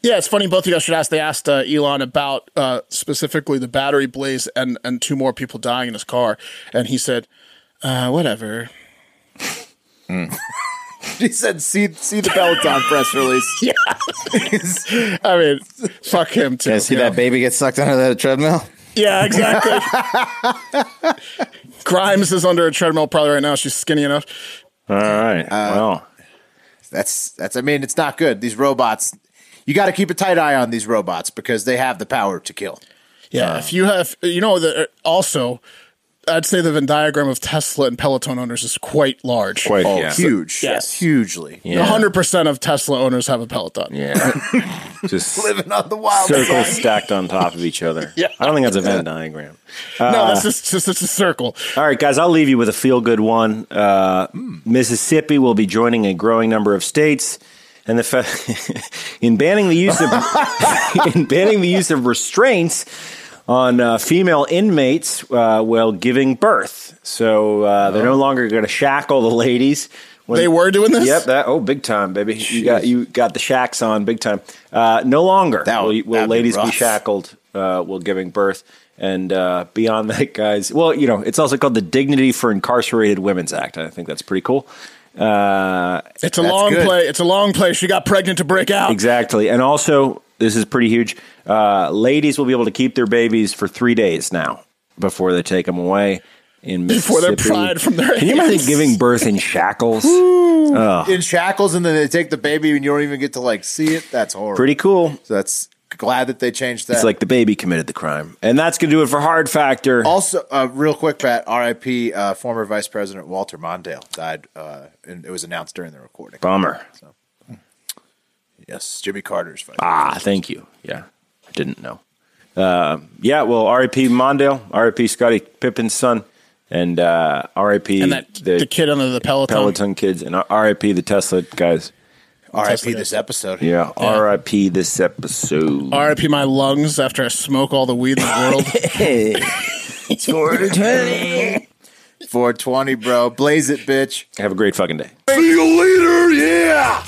[SPEAKER 2] Yeah, it's funny. Both of you guys should ask. They asked uh, Elon about uh, specifically the battery blaze and and two more people dying in his car, and he said, uh, "Whatever."
[SPEAKER 1] He said, "See, see the Peloton press release." yeah,
[SPEAKER 2] I mean, fuck him too.
[SPEAKER 3] I see
[SPEAKER 2] you
[SPEAKER 3] that
[SPEAKER 2] know?
[SPEAKER 3] baby get sucked under the treadmill.
[SPEAKER 2] Yeah, exactly. Grimes is under a treadmill probably right now. She's skinny enough.
[SPEAKER 4] All right. well,
[SPEAKER 1] that's that's. I mean, it's not good. These robots, you got to keep a tight eye on these robots because they have the power to kill.
[SPEAKER 2] Yeah, if you have, you know, the, also, I'd say the Venn diagram of Tesla and Peloton owners is quite large.
[SPEAKER 4] quite
[SPEAKER 3] Oh,
[SPEAKER 4] yeah.
[SPEAKER 1] Huge,
[SPEAKER 2] Yes.
[SPEAKER 1] hugely.
[SPEAKER 4] Yeah.
[SPEAKER 2] hundred percent of Tesla owners have a Peloton.
[SPEAKER 4] Yeah. Just
[SPEAKER 1] Living on the wild
[SPEAKER 4] circles stacked on top of each other.
[SPEAKER 2] Yeah.
[SPEAKER 4] I don't think that's a Venn diagram.
[SPEAKER 2] no, that's just, just it's a circle.
[SPEAKER 4] All right, guys, I'll leave you with a feel good one. Uh,
[SPEAKER 2] Hmm.
[SPEAKER 4] Mississippi will be joining a growing number of states. And the fe- in banning the use of in banning the use of restraints on uh, female inmates uh, while giving birth, so uh, they're no longer going to shackle the ladies. When,
[SPEAKER 2] Oh. They were doing this?
[SPEAKER 4] Yep. That, oh, big time, baby! You got you got the shacks on, big time. Uh, no longer
[SPEAKER 1] That would-
[SPEAKER 4] will, will
[SPEAKER 1] that'd be
[SPEAKER 4] ladies be,
[SPEAKER 1] rough.
[SPEAKER 4] shackled uh, while giving birth. And uh, beyond that, guys, well, you know, it's also called the Dignity for Incarcerated Women's Act. I think that's pretty cool. Uh,
[SPEAKER 2] It's a long
[SPEAKER 1] good.
[SPEAKER 2] play. It's a long play. She got pregnant to break out.
[SPEAKER 4] exactly. And also, this is pretty huge. Uh, ladies will be able to keep their babies for three days now before they take them away in
[SPEAKER 2] Before they're
[SPEAKER 4] Mississippi.
[SPEAKER 2] pried from their
[SPEAKER 4] Can you imagine
[SPEAKER 2] hands.
[SPEAKER 4] giving birth in shackles?
[SPEAKER 1] in shackles, and then they take the baby, and you don't even get to like see it. That's horrible.
[SPEAKER 4] pretty cool.
[SPEAKER 1] So that's glad that they changed that.
[SPEAKER 4] It's like the baby committed the crime. And that's going to do it for Hard Factor.
[SPEAKER 1] Also, uh, real quick, Pat, RIP, uh, former Vice President Walter Mondale died, uh, and it was announced during the recording.
[SPEAKER 4] Bummer.
[SPEAKER 1] So, hmm. yes, Jimmy Carter's vice.
[SPEAKER 4] Ah, thank you. Yeah, I didn't know. Uh, yeah, well, R.I.P. Mondale, R.I.P. Scotty Pippen's son, and uh, R.I.P.
[SPEAKER 2] And that the, kid under the Peloton.
[SPEAKER 4] Peloton kids, and R.I.P. the Tesla guys.
[SPEAKER 1] RIP this episode.
[SPEAKER 4] Yeah, R.I.P. this episode.
[SPEAKER 2] R.I.P. my lungs after I smoke all the weed in the world.
[SPEAKER 1] Four twenty, bro. Blaze it, bitch.
[SPEAKER 4] Have a great fucking day.
[SPEAKER 7] See you later, yeah!